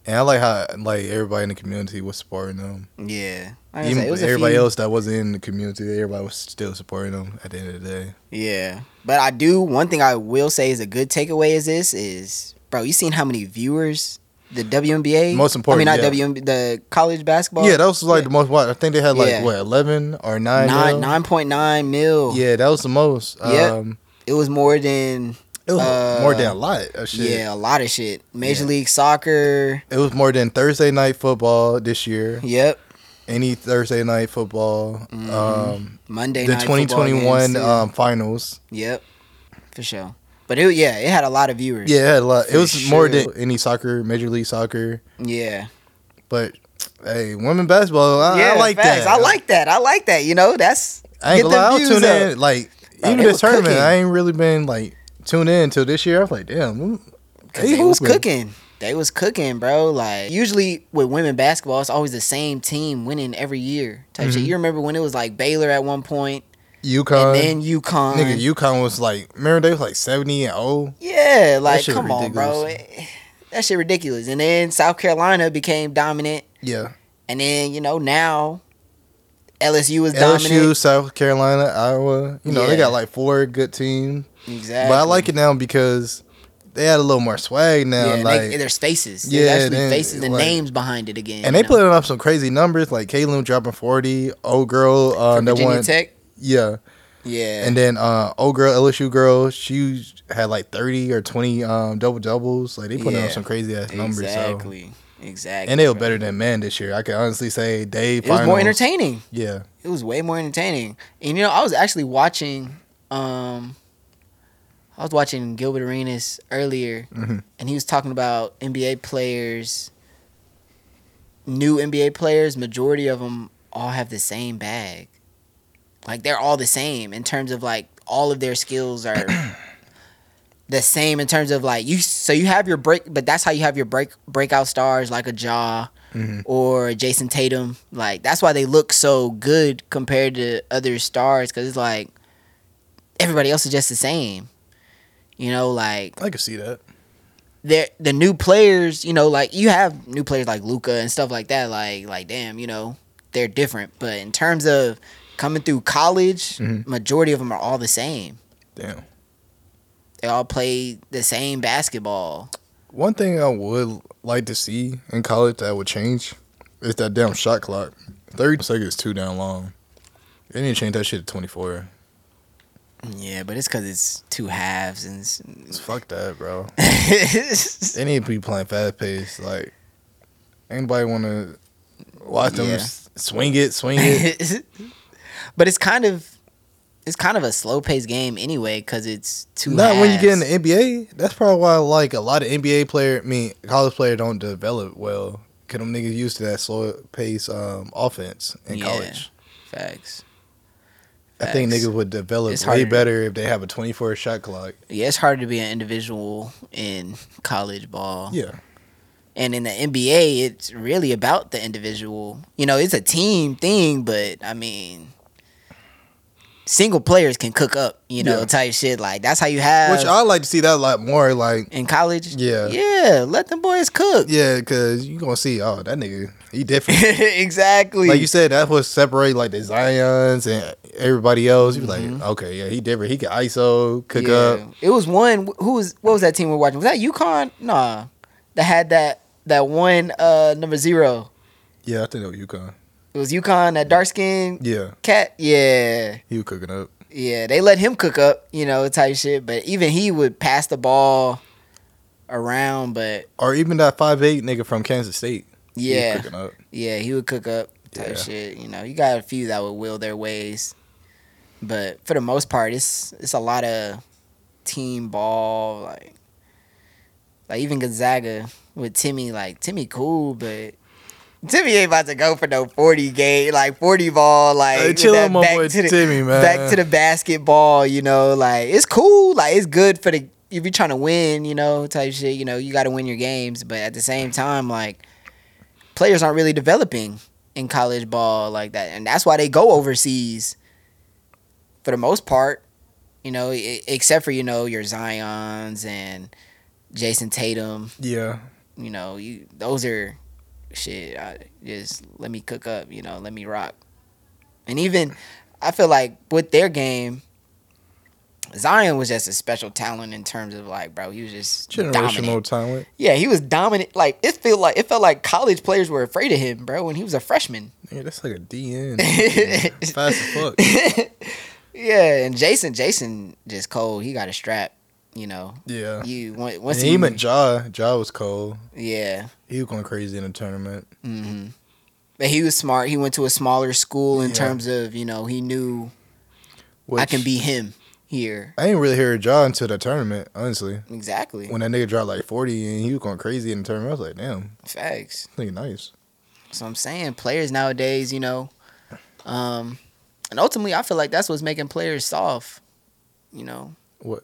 [SPEAKER 1] And I like how like everybody in the community was supporting them.
[SPEAKER 2] yeah. Like I
[SPEAKER 1] Even
[SPEAKER 2] said, it was a
[SPEAKER 1] everybody
[SPEAKER 2] few-
[SPEAKER 1] else that wasn't in the community, everybody was still supporting them. At the end of the day,
[SPEAKER 2] Yeah. But I do one thing I will say is a good takeaway is this is bro, you seen how many viewers the WNBA
[SPEAKER 1] Most important,
[SPEAKER 2] I mean
[SPEAKER 1] yeah.
[SPEAKER 2] not WNBA the college basketball
[SPEAKER 1] yeah, that was like
[SPEAKER 2] yeah.
[SPEAKER 1] the most. What I think they had like
[SPEAKER 2] Yeah.
[SPEAKER 1] what eleven or nine.
[SPEAKER 2] nine
[SPEAKER 1] now?
[SPEAKER 2] nine point nine mil.
[SPEAKER 1] Yeah, that was the most.
[SPEAKER 2] Yep.
[SPEAKER 1] Um,
[SPEAKER 2] It was more than
[SPEAKER 1] it was
[SPEAKER 2] Uh,
[SPEAKER 1] more than a lot of shit.
[SPEAKER 2] Yeah, a lot of shit. Major
[SPEAKER 1] Yeah.
[SPEAKER 2] League Soccer.
[SPEAKER 1] It was more than Thursday night football this year.
[SPEAKER 2] Yep.
[SPEAKER 1] Any Thursday night football. Um,
[SPEAKER 2] Monday
[SPEAKER 1] the
[SPEAKER 2] night. Mm-hmm. football
[SPEAKER 1] 2021
[SPEAKER 2] games, too.
[SPEAKER 1] um, finals.
[SPEAKER 2] yep. For sure. But it, yeah, it had a lot of viewers.
[SPEAKER 1] Yeah, it had a lot.
[SPEAKER 2] For
[SPEAKER 1] it was more
[SPEAKER 2] sure.
[SPEAKER 1] than any soccer, Major League Soccer.
[SPEAKER 2] Yeah.
[SPEAKER 1] But hey, women basketball, Uh, I,
[SPEAKER 2] yeah
[SPEAKER 1] I like
[SPEAKER 2] facts.
[SPEAKER 1] that.
[SPEAKER 2] I like that. I like that. You know, that's
[SPEAKER 1] I ain't
[SPEAKER 2] get
[SPEAKER 1] gonna
[SPEAKER 2] them
[SPEAKER 1] lie, I'll
[SPEAKER 2] views
[SPEAKER 1] tune
[SPEAKER 2] up.
[SPEAKER 1] in. Like
[SPEAKER 2] Bro,
[SPEAKER 1] even
[SPEAKER 2] they
[SPEAKER 1] this
[SPEAKER 2] was
[SPEAKER 1] tournament,
[SPEAKER 2] cooking.
[SPEAKER 1] I ain't really been like tuned in until this year. I was like, damn, who-
[SPEAKER 2] 'cause
[SPEAKER 1] they
[SPEAKER 2] they was
[SPEAKER 1] hooping.
[SPEAKER 2] cooking. They was cooking, bro. Like usually with women basketball, it's always the same team winning every year. Type
[SPEAKER 1] Mm-hmm.
[SPEAKER 2] shit. You remember when it was like Baylor at one point,
[SPEAKER 1] UConn.
[SPEAKER 2] and then UConn.
[SPEAKER 1] Nigga, UConn was like, remember they was like seventy and oh.
[SPEAKER 2] Yeah, like
[SPEAKER 1] shit
[SPEAKER 2] come on, bro. Eh,
[SPEAKER 1] ridiculous.
[SPEAKER 2] That shit ridiculous. And then South Carolina became dominant,
[SPEAKER 1] Yeah,
[SPEAKER 2] and then you know now LSU is
[SPEAKER 1] LSU,
[SPEAKER 2] dominant.
[SPEAKER 1] South Carolina, Iowa. You know they
[SPEAKER 2] Yeah.
[SPEAKER 1] got like four good teams,
[SPEAKER 2] Exactly.
[SPEAKER 1] but I like it now because they had a little more swag now.
[SPEAKER 2] Yeah, and
[SPEAKER 1] like
[SPEAKER 2] they, and there's faces.
[SPEAKER 1] Yeah,
[SPEAKER 2] There's actually
[SPEAKER 1] then,
[SPEAKER 2] faces and
[SPEAKER 1] like-
[SPEAKER 2] names behind it again.
[SPEAKER 1] And
[SPEAKER 2] you
[SPEAKER 1] they
[SPEAKER 2] know?
[SPEAKER 1] putting up some crazy numbers, like Caitlin dropping forty, old girl, uh,
[SPEAKER 2] For
[SPEAKER 1] that
[SPEAKER 2] Virginia
[SPEAKER 1] one,
[SPEAKER 2] Tech.
[SPEAKER 1] yeah,
[SPEAKER 2] Yeah.
[SPEAKER 1] and then uh, old girl LSU girl, she had like thirty or twenty um, double doubles. Like they putting
[SPEAKER 2] Yeah.
[SPEAKER 1] up some crazy ass numbers, so.
[SPEAKER 2] exactly. Exactly.
[SPEAKER 1] and they were
[SPEAKER 2] bro.
[SPEAKER 1] better than man this year. I can honestly say they
[SPEAKER 2] It was more entertaining.
[SPEAKER 1] Yeah,
[SPEAKER 2] It was way more entertaining. And you know, I was actually watching. um I was watching Gilbert Arenas earlier,
[SPEAKER 1] Mhm.
[SPEAKER 2] and he was talking about NBA players. New NBA players, majority of them all have the same bag. Like they're all the same in terms of like all of their skills are the same in terms of like you. So you have your break, but that's how you have your break breakout stars like a Jaw
[SPEAKER 1] Mhm.
[SPEAKER 2] or Jason Tatum. Like that's why they look so good compared to other stars because it's like everybody else is just the same. You know, like
[SPEAKER 1] I can see that.
[SPEAKER 2] they're the new players. You know, like you have new players like Luca and stuff like that. Like, like damn, you know, they're different. But in terms of coming through college,
[SPEAKER 1] Mhm.
[SPEAKER 2] majority of them are all the same.
[SPEAKER 1] Damn.
[SPEAKER 2] They all play the same basketball.
[SPEAKER 1] One thing I would like to see in college that would change is that damn shot clock. Thirty seconds is too damn long. They need to change that shit to twenty four.
[SPEAKER 2] Yeah, but it's because it's two halves and.
[SPEAKER 1] Fuck that, bro.
[SPEAKER 2] it's-
[SPEAKER 1] They need to be playing fast paced. Like anybody want to watch them
[SPEAKER 2] Yeah.
[SPEAKER 1] s- Swing it, swing it.
[SPEAKER 2] but it's kind of it's kind of a slow paced game anyway because it's too.
[SPEAKER 1] Not when you get in
[SPEAKER 2] halves.
[SPEAKER 1] the NBA. That's probably why like a lot of NBA player, I mean college player, don't develop well. Cause them niggas used to that slow pace um, offense in
[SPEAKER 2] Yeah.
[SPEAKER 1] college.
[SPEAKER 2] facts.
[SPEAKER 1] I think
[SPEAKER 2] Facts.
[SPEAKER 1] niggas would develop
[SPEAKER 2] It's
[SPEAKER 1] way
[SPEAKER 2] harder.
[SPEAKER 1] better if they have a twenty four shot clock.
[SPEAKER 2] Yeah, it's hard to be an individual in college ball.
[SPEAKER 1] Yeah,
[SPEAKER 2] And in the NBA, it's really about the individual. You know, it's a team thing, but I mean, single players can cook up, you know,
[SPEAKER 1] Yeah.
[SPEAKER 2] type shit. Like, that's how you have
[SPEAKER 1] which I like to see that a lot more. Like,
[SPEAKER 2] in college.
[SPEAKER 1] Yeah.
[SPEAKER 2] Yeah, let them boys cook.
[SPEAKER 1] yeah, cause you gonna see, oh, that nigga, he different.
[SPEAKER 2] exactly.
[SPEAKER 1] like you said, that's what separate like the Zion's and everybody else. You be
[SPEAKER 2] Mm-hmm.
[SPEAKER 1] like, okay, yeah, he different. He can ISO, cook up.
[SPEAKER 2] It was one who was what was that team we were watching? Was that UConn? Nah. That had that that one uh number zero.
[SPEAKER 1] Yeah, I think that was UConn.
[SPEAKER 2] It was UConn, that dark skinned
[SPEAKER 1] Yeah,
[SPEAKER 2] cat. Yeah.
[SPEAKER 1] he was cooking up.
[SPEAKER 2] Yeah. They let him cook up, you know, type shit. But even he would pass the ball around, but
[SPEAKER 1] Or even that five eight nigga from Kansas State. He was
[SPEAKER 2] yeah.
[SPEAKER 1] cooking up.
[SPEAKER 2] Yeah, he would cook up type
[SPEAKER 1] Yeah.
[SPEAKER 2] shit. You know, you got a few that would will their ways, but for the most part, it's it's a lot of team ball. Like, like even Gonzaga with Timmy. Like Timmy, cool, but. Timmy ain't about to go for no forty game, like forty ball, like
[SPEAKER 1] Hey,
[SPEAKER 2] with
[SPEAKER 1] chill
[SPEAKER 2] that
[SPEAKER 1] on my
[SPEAKER 2] back
[SPEAKER 1] boy
[SPEAKER 2] to the-
[SPEAKER 1] Timmy, man.
[SPEAKER 2] Back to the basketball, you know, like it's cool, like it's good for the if you're trying to win, you know, type shit. You know, you got to win your games, but at the same time, like players aren't really developing in college ball like that, and that's why they go overseas for the most part. You know, e- except for you know your Zion's and Jason Tatum.
[SPEAKER 1] Yeah,
[SPEAKER 2] You know, you those are shit. I, just let me cook up. You know, let me rock. And even I feel like with their game. Zion was just a special talent in terms of like, bro, he was just
[SPEAKER 1] generational
[SPEAKER 2] dominant.
[SPEAKER 1] talent.
[SPEAKER 2] Yeah, he was dominant. Like it feel like it felt like college players were afraid of him, bro, when he was a freshman.
[SPEAKER 1] Nigga, that's like a DN. Fast as fuck.
[SPEAKER 2] yeah, and Jason, Jason just cold. He got a strap, you know.
[SPEAKER 1] Yeah.
[SPEAKER 2] You on-
[SPEAKER 1] And
[SPEAKER 2] once he,
[SPEAKER 1] even Ja, Ja was cold.
[SPEAKER 2] yeah,
[SPEAKER 1] He was going crazy in the tournament.
[SPEAKER 2] hmm but he was smart. He went to a smaller school in
[SPEAKER 1] Yeah.
[SPEAKER 2] terms of you know he knew
[SPEAKER 1] Which
[SPEAKER 2] I can be him here.
[SPEAKER 1] I ain't really hear Ja until the tournament, honestly.
[SPEAKER 2] Exactly,
[SPEAKER 1] When that nigga dropped like forty and he was going crazy in the tournament, I was like, damn,
[SPEAKER 2] facts.
[SPEAKER 1] this nigga nice.
[SPEAKER 2] So I'm saying players nowadays, you know, um, and ultimately I feel like that's what's making players soft. You know,
[SPEAKER 1] What?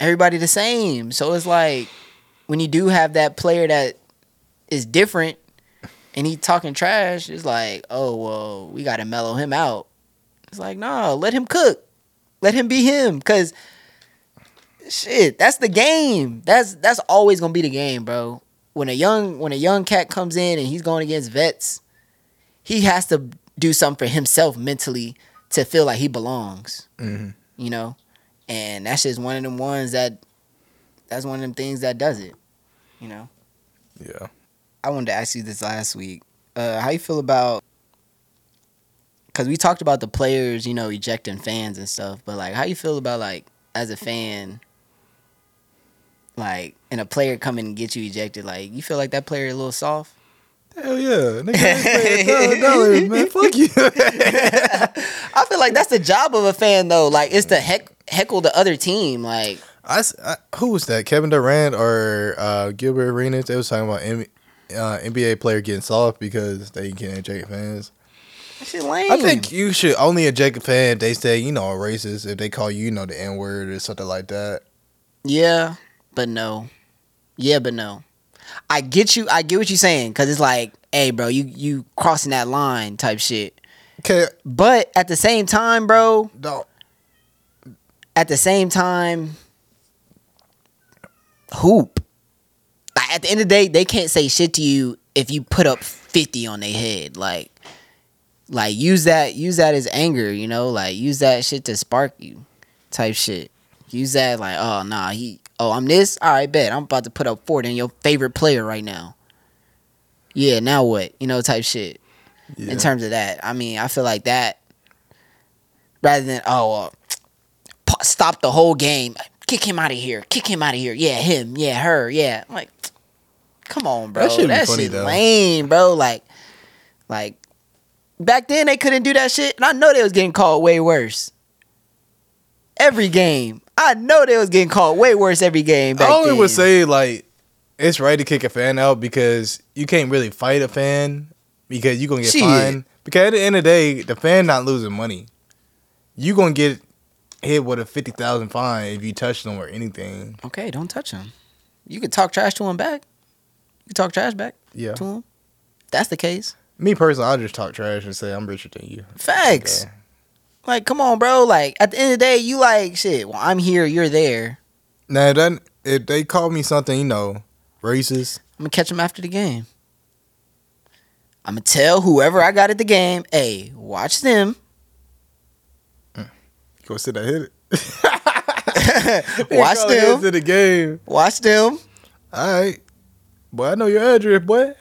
[SPEAKER 2] everybody the same. So it's like when you do have that player that is different and he talking trash, it's like, oh well, we gotta mellow him out. It's like, nah, let him cook. Let him be him. Cause shit, that's the game. That's that's always gonna be the game, bro. When a young when a young cat comes in and he's going against vets, he has to do something for himself mentally to feel like he belongs.
[SPEAKER 1] Mhm.
[SPEAKER 2] You know? And that's just one of them ones that that's one of them things that does it. You know?
[SPEAKER 1] Yeah.
[SPEAKER 2] I wanted to ask you this last week. Uh, how you feel about? Because we talked about the players, you know, ejecting fans and stuff. But like, how you feel about like as a fan, like, and a player coming and get you ejected? Like, you feel like that player a little soft?
[SPEAKER 1] Hell yeah. Nigga, I ain't paying dollars, man. Fuck you.
[SPEAKER 2] I feel like that's the job of a fan, though. Like, it's to heck, heckle the other team. Like,
[SPEAKER 1] I, s- I- who was that? Kevin Durant or uh, Gilbert Arenas? They was talking about M, uh, NBA player getting soft because they can't eject fans.
[SPEAKER 2] that shit lame.
[SPEAKER 1] I think you should only eject a fan if they say you know a racist if they call you you know the N word or something like that.
[SPEAKER 2] Yeah, but no. Yeah, but no. I get you. I get what you're saying because it's like, hey, bro, you you crossing that line type shit.
[SPEAKER 1] Okay,
[SPEAKER 2] But at the same time, bro,
[SPEAKER 1] no,
[SPEAKER 2] at the same time, hoop. Like at the end of the day, they can't say shit to you if you put up fifty on their head. Like, like use that use that as anger. You know, like use that shit to spark you, type shit. Use that like, oh nah, he, oh I'm this. All right, bet I'm about to put up forty on your favorite player right now. Yeah, now what? You know, type shit
[SPEAKER 1] yeah.
[SPEAKER 2] in terms of that. I mean, I feel like that rather than oh, well, pa- stop the whole game, kick him out of here, kick him out of here. Yeah, him. Yeah, her. Yeah. I'm like, come on, bro. That
[SPEAKER 1] shit
[SPEAKER 2] shit,
[SPEAKER 1] be funny, though.
[SPEAKER 2] lame, bro. Like, like Back then they couldn't do that shit, and I know they was getting called way worse. Every game, I know they was getting called way worse every game. Back
[SPEAKER 1] I only
[SPEAKER 2] then.
[SPEAKER 1] would say like it's right to kick a fan out because you can't really fight a fan because you gonna get
[SPEAKER 2] Shit.
[SPEAKER 1] fined. Because at the end of the day, the fan not losing money. You gonna get hit with a fifty thousand fine if you touch them or anything.
[SPEAKER 2] okay, don't touch him. You could talk trash to him back. You could talk trash back
[SPEAKER 1] Yeah.
[SPEAKER 2] to him. That's the case.
[SPEAKER 1] Me personally, I just talk trash and say I'm richer than you.
[SPEAKER 2] Facts.
[SPEAKER 1] Okay.
[SPEAKER 2] Like, come on, bro. Like, at the end of the day, you like shit. Well, I'm here. You're there.
[SPEAKER 1] Now then, if they call me something, you know, racist,
[SPEAKER 2] I'm gonna catch him after the game. I'm gonna tell whoever I got at the game, hey, watch them.
[SPEAKER 1] you gonna sit there and hit it. They
[SPEAKER 2] watch
[SPEAKER 1] call it
[SPEAKER 2] them.
[SPEAKER 1] into the game.
[SPEAKER 2] Watch them.
[SPEAKER 1] All right, boy, I know your address, boy.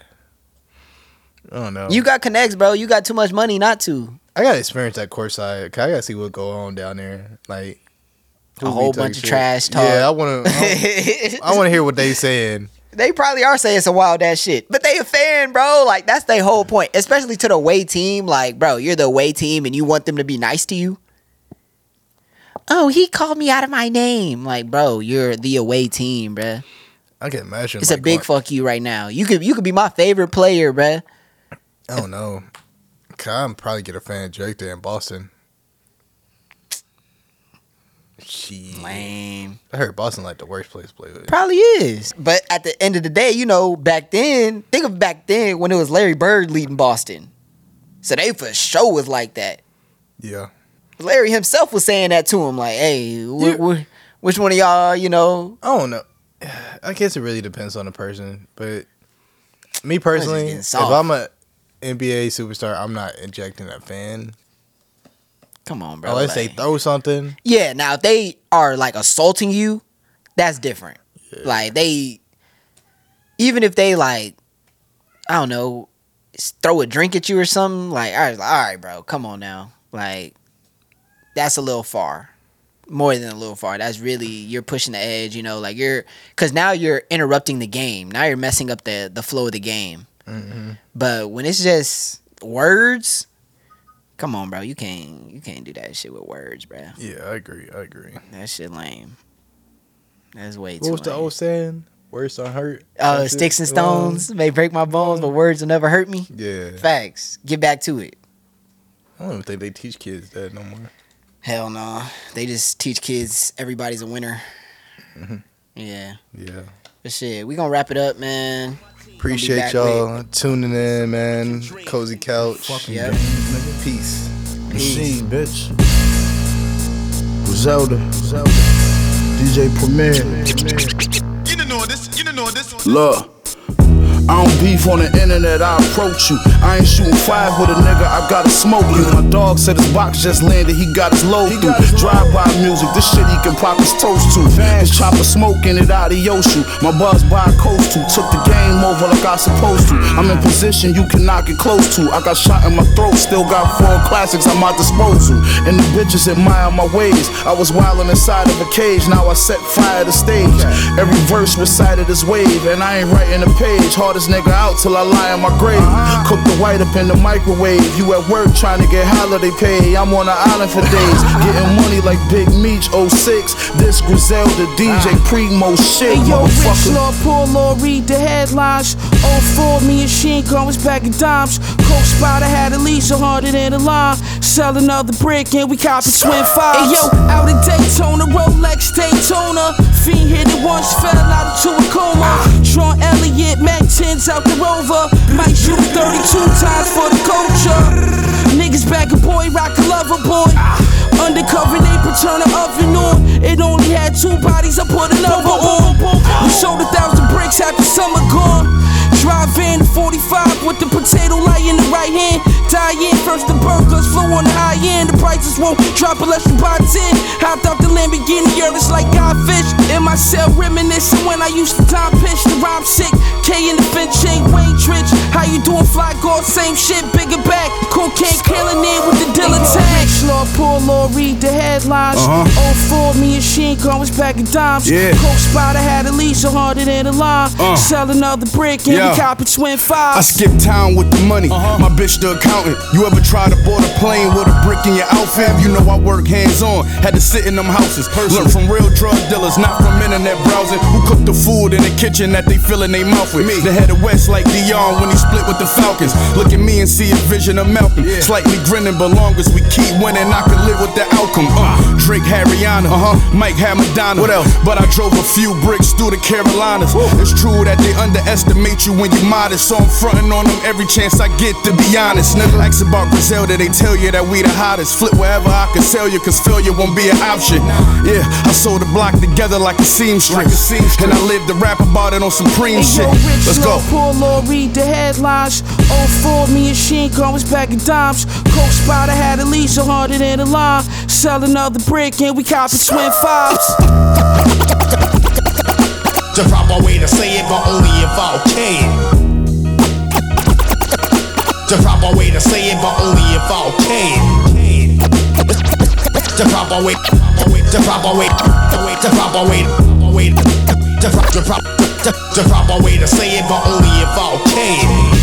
[SPEAKER 1] I don't know.
[SPEAKER 2] You got connects, bro. You got too much money not to.
[SPEAKER 1] I gotta experience that courtside. 'cause I gotta see what go on down there. Like
[SPEAKER 2] A
[SPEAKER 1] who
[SPEAKER 2] whole
[SPEAKER 1] be talking
[SPEAKER 2] bunch of
[SPEAKER 1] shit.
[SPEAKER 2] trash talk.
[SPEAKER 1] Yeah, I wanna. I, Oh. I wanna hear what they saying.
[SPEAKER 2] they probably are saying some wild ass shit, but they a fan, bro. Like that's their whole point, especially to the way team. Like, bro, you're the way team, and you want them to be nice to you. Oh, he called me out of my name. Like, bro, you're the away team, bruh.
[SPEAKER 1] I can imagine.
[SPEAKER 2] It's
[SPEAKER 1] like,
[SPEAKER 2] a big
[SPEAKER 1] going-
[SPEAKER 2] fuck you right now. You could you could be my favorite player, bruh.
[SPEAKER 1] I don't know. Cause I'm probably get a fan Jake there in Boston. Shit.
[SPEAKER 2] Lame.
[SPEAKER 1] I heard Boston like the worst place to play with.
[SPEAKER 2] Probably is. But at the end of the day, you know, back then, think of back then when it was Larry Bird leading Boston. So they for sure was like that.
[SPEAKER 1] Yeah.
[SPEAKER 2] Larry himself was saying that to him, like, hey, wh-
[SPEAKER 1] Yeah.
[SPEAKER 2] wh- which one of y'all, you know,
[SPEAKER 1] I don't know. I guess it really depends on the person, but me
[SPEAKER 2] This
[SPEAKER 1] personally,
[SPEAKER 2] is
[SPEAKER 1] if
[SPEAKER 2] getting
[SPEAKER 1] I'm a NBA superstar, I'm not injecting a fan
[SPEAKER 2] come on, bro.
[SPEAKER 1] unless Oh,
[SPEAKER 2] like-
[SPEAKER 1] they throw something.
[SPEAKER 2] yeah, now if they are like assaulting you, that's different. Like they, even if they like, I don't know, s- throw a drink at you or something, like, I was like, all right, bro, come on now. Like, that's a little far. More than a little far. That's really you're pushing the edge, you know, like you're cause now you're interrupting the game. Now you're messing up the the flow of the game.
[SPEAKER 1] Mm-hmm.
[SPEAKER 2] But when it's just words, come on, bro, you can't you can't do that shit with words, bro.
[SPEAKER 1] Yeah, I agree. I agree.
[SPEAKER 2] That shit lame. That's way too.
[SPEAKER 1] What was the
[SPEAKER 2] lame.
[SPEAKER 1] old Uh, saying? Words don't hurt.
[SPEAKER 2] Oh,
[SPEAKER 1] That's it.
[SPEAKER 2] sticks and stones may break my bones, but words will never hurt me.
[SPEAKER 1] Yeah,
[SPEAKER 2] Facts. Get back to it.
[SPEAKER 1] I don't even think they teach kids that no more.
[SPEAKER 2] Hell no. They just teach kids everybody's a winner. Yeah.
[SPEAKER 1] Yeah,
[SPEAKER 2] But shit, we gonna wrap it up, man. back
[SPEAKER 1] appreciate y'all tuning in, man. Cozy couch.
[SPEAKER 2] Yep.
[SPEAKER 1] Peace.
[SPEAKER 3] Machine, bitch. Griselda. DJ Premier.
[SPEAKER 4] You don't know this, you don't know this.
[SPEAKER 3] Look. I don't beef on the internet, I approach you. I ain't shooting five with a nigga, I gotta smoke you. My dog said his box just landed, he got his load through. Drive by music, this shit he can pop his toast to. His chopper smoking it out of Yoshu. My buzz by coastal, took the game over like I supposed to. I'm in position you cannot get close to. I got shot in my throat, still got four classics at my disposal. And the bitches admire my ways. I was wildin' inside of a cage, now I set fire to stage. Every verse recited as wave, and I ain't writing a page. Hardest nigga out till I lie in my grave.
[SPEAKER 5] Uh-huh.
[SPEAKER 3] Cook the white up in the microwave. You at work trying to get holiday pay. I'm on an island for days,
[SPEAKER 5] Uh-huh.
[SPEAKER 3] getting money like Big Meech 06. This Griselda DJ Primo shit,
[SPEAKER 5] Uh-huh. Hey, yo, Rich
[SPEAKER 3] motherfucker.
[SPEAKER 5] Law, poor Law, read the headlines. Oh, four, me and Sheen gone was back in dimes. Coke Spider had at least a hundred in the line. Sell another brick and we cop a twin five. Hey, yo, out of Daytona, Rolex Daytona. Fiend hit it once, fell out into a coma. Sean Elliott, Mac 10s out the rover. Mike shoot 32 times for the culture. Niggas back a boy, rock a lover boy. Undercover neighbor, turn the oven on. It only had two bodies, I put another on. We sold a thousand bricks after summer gone. Drive in 45 with the potato light in the right hand. Die in first the burgers, flow on the high end. The prices won't drop unless you buy 10. Hopped off the Lamborghini, yeah, it's like godfish. In my cell, reminiscing when I used to time pitch the rhyme sick. K in the bench, ain't Wayne Trich. How you doing, fly girl? Same shit, bigger back. Cocaine killing it with the dealer tag. Rich Lord, poor Lord, read the headlines. Uh-huh. 04, me and Sheen going back in dimes.
[SPEAKER 6] Yeah.
[SPEAKER 5] Coke spot, I had at least 100 in the line.
[SPEAKER 6] Uh.
[SPEAKER 5] Sell another brick and
[SPEAKER 6] Yeah.
[SPEAKER 5] we cop it twin
[SPEAKER 6] I
[SPEAKER 5] fives.
[SPEAKER 6] skip town with the money. My bitch the accountant. You ever try to board a plane with a brick in your outfit? You know I work hands on. Had to sit in them houses. Learn from real drug dealers, not from internet browsing. Who cook the food in the kitchen that they fill in their mouth with? Me. The head of West like Dion when he split with the Falcons. Look at me and see a vision of Malcolm. Slightly grinning, but long as we keep winning, I could live with the outcome. Uh, Drake had Rihanna. Uh-huh. Mike had Madonna. What else? But I drove a few bricks through the Carolinas. It's true that they underestimate you when you modest. So I'm fronting on them every chance I get, to be honest. Nigga, ask about Griselda, they tell you that we the hottest. Flip wherever I can sell you, cause failure won't be an option. Yeah, I sold the block together like a seamstress. And I lived to rap about it on Supreme
[SPEAKER 5] Hey,
[SPEAKER 6] shit.
[SPEAKER 5] yo, rich
[SPEAKER 6] Let's go.
[SPEAKER 5] Lord, poor Lord, read the headlines. 04, me and Sheen going back in dimes. Coke spot, I had at least 100 in the line. Sell another brick and we cop it twin fives.
[SPEAKER 7] The proper way to say it, but only if I can. The proper way to say it, but only if I can. The proper way, the proper way, the proper way, the proper way, the proper way to say it, but only if I can.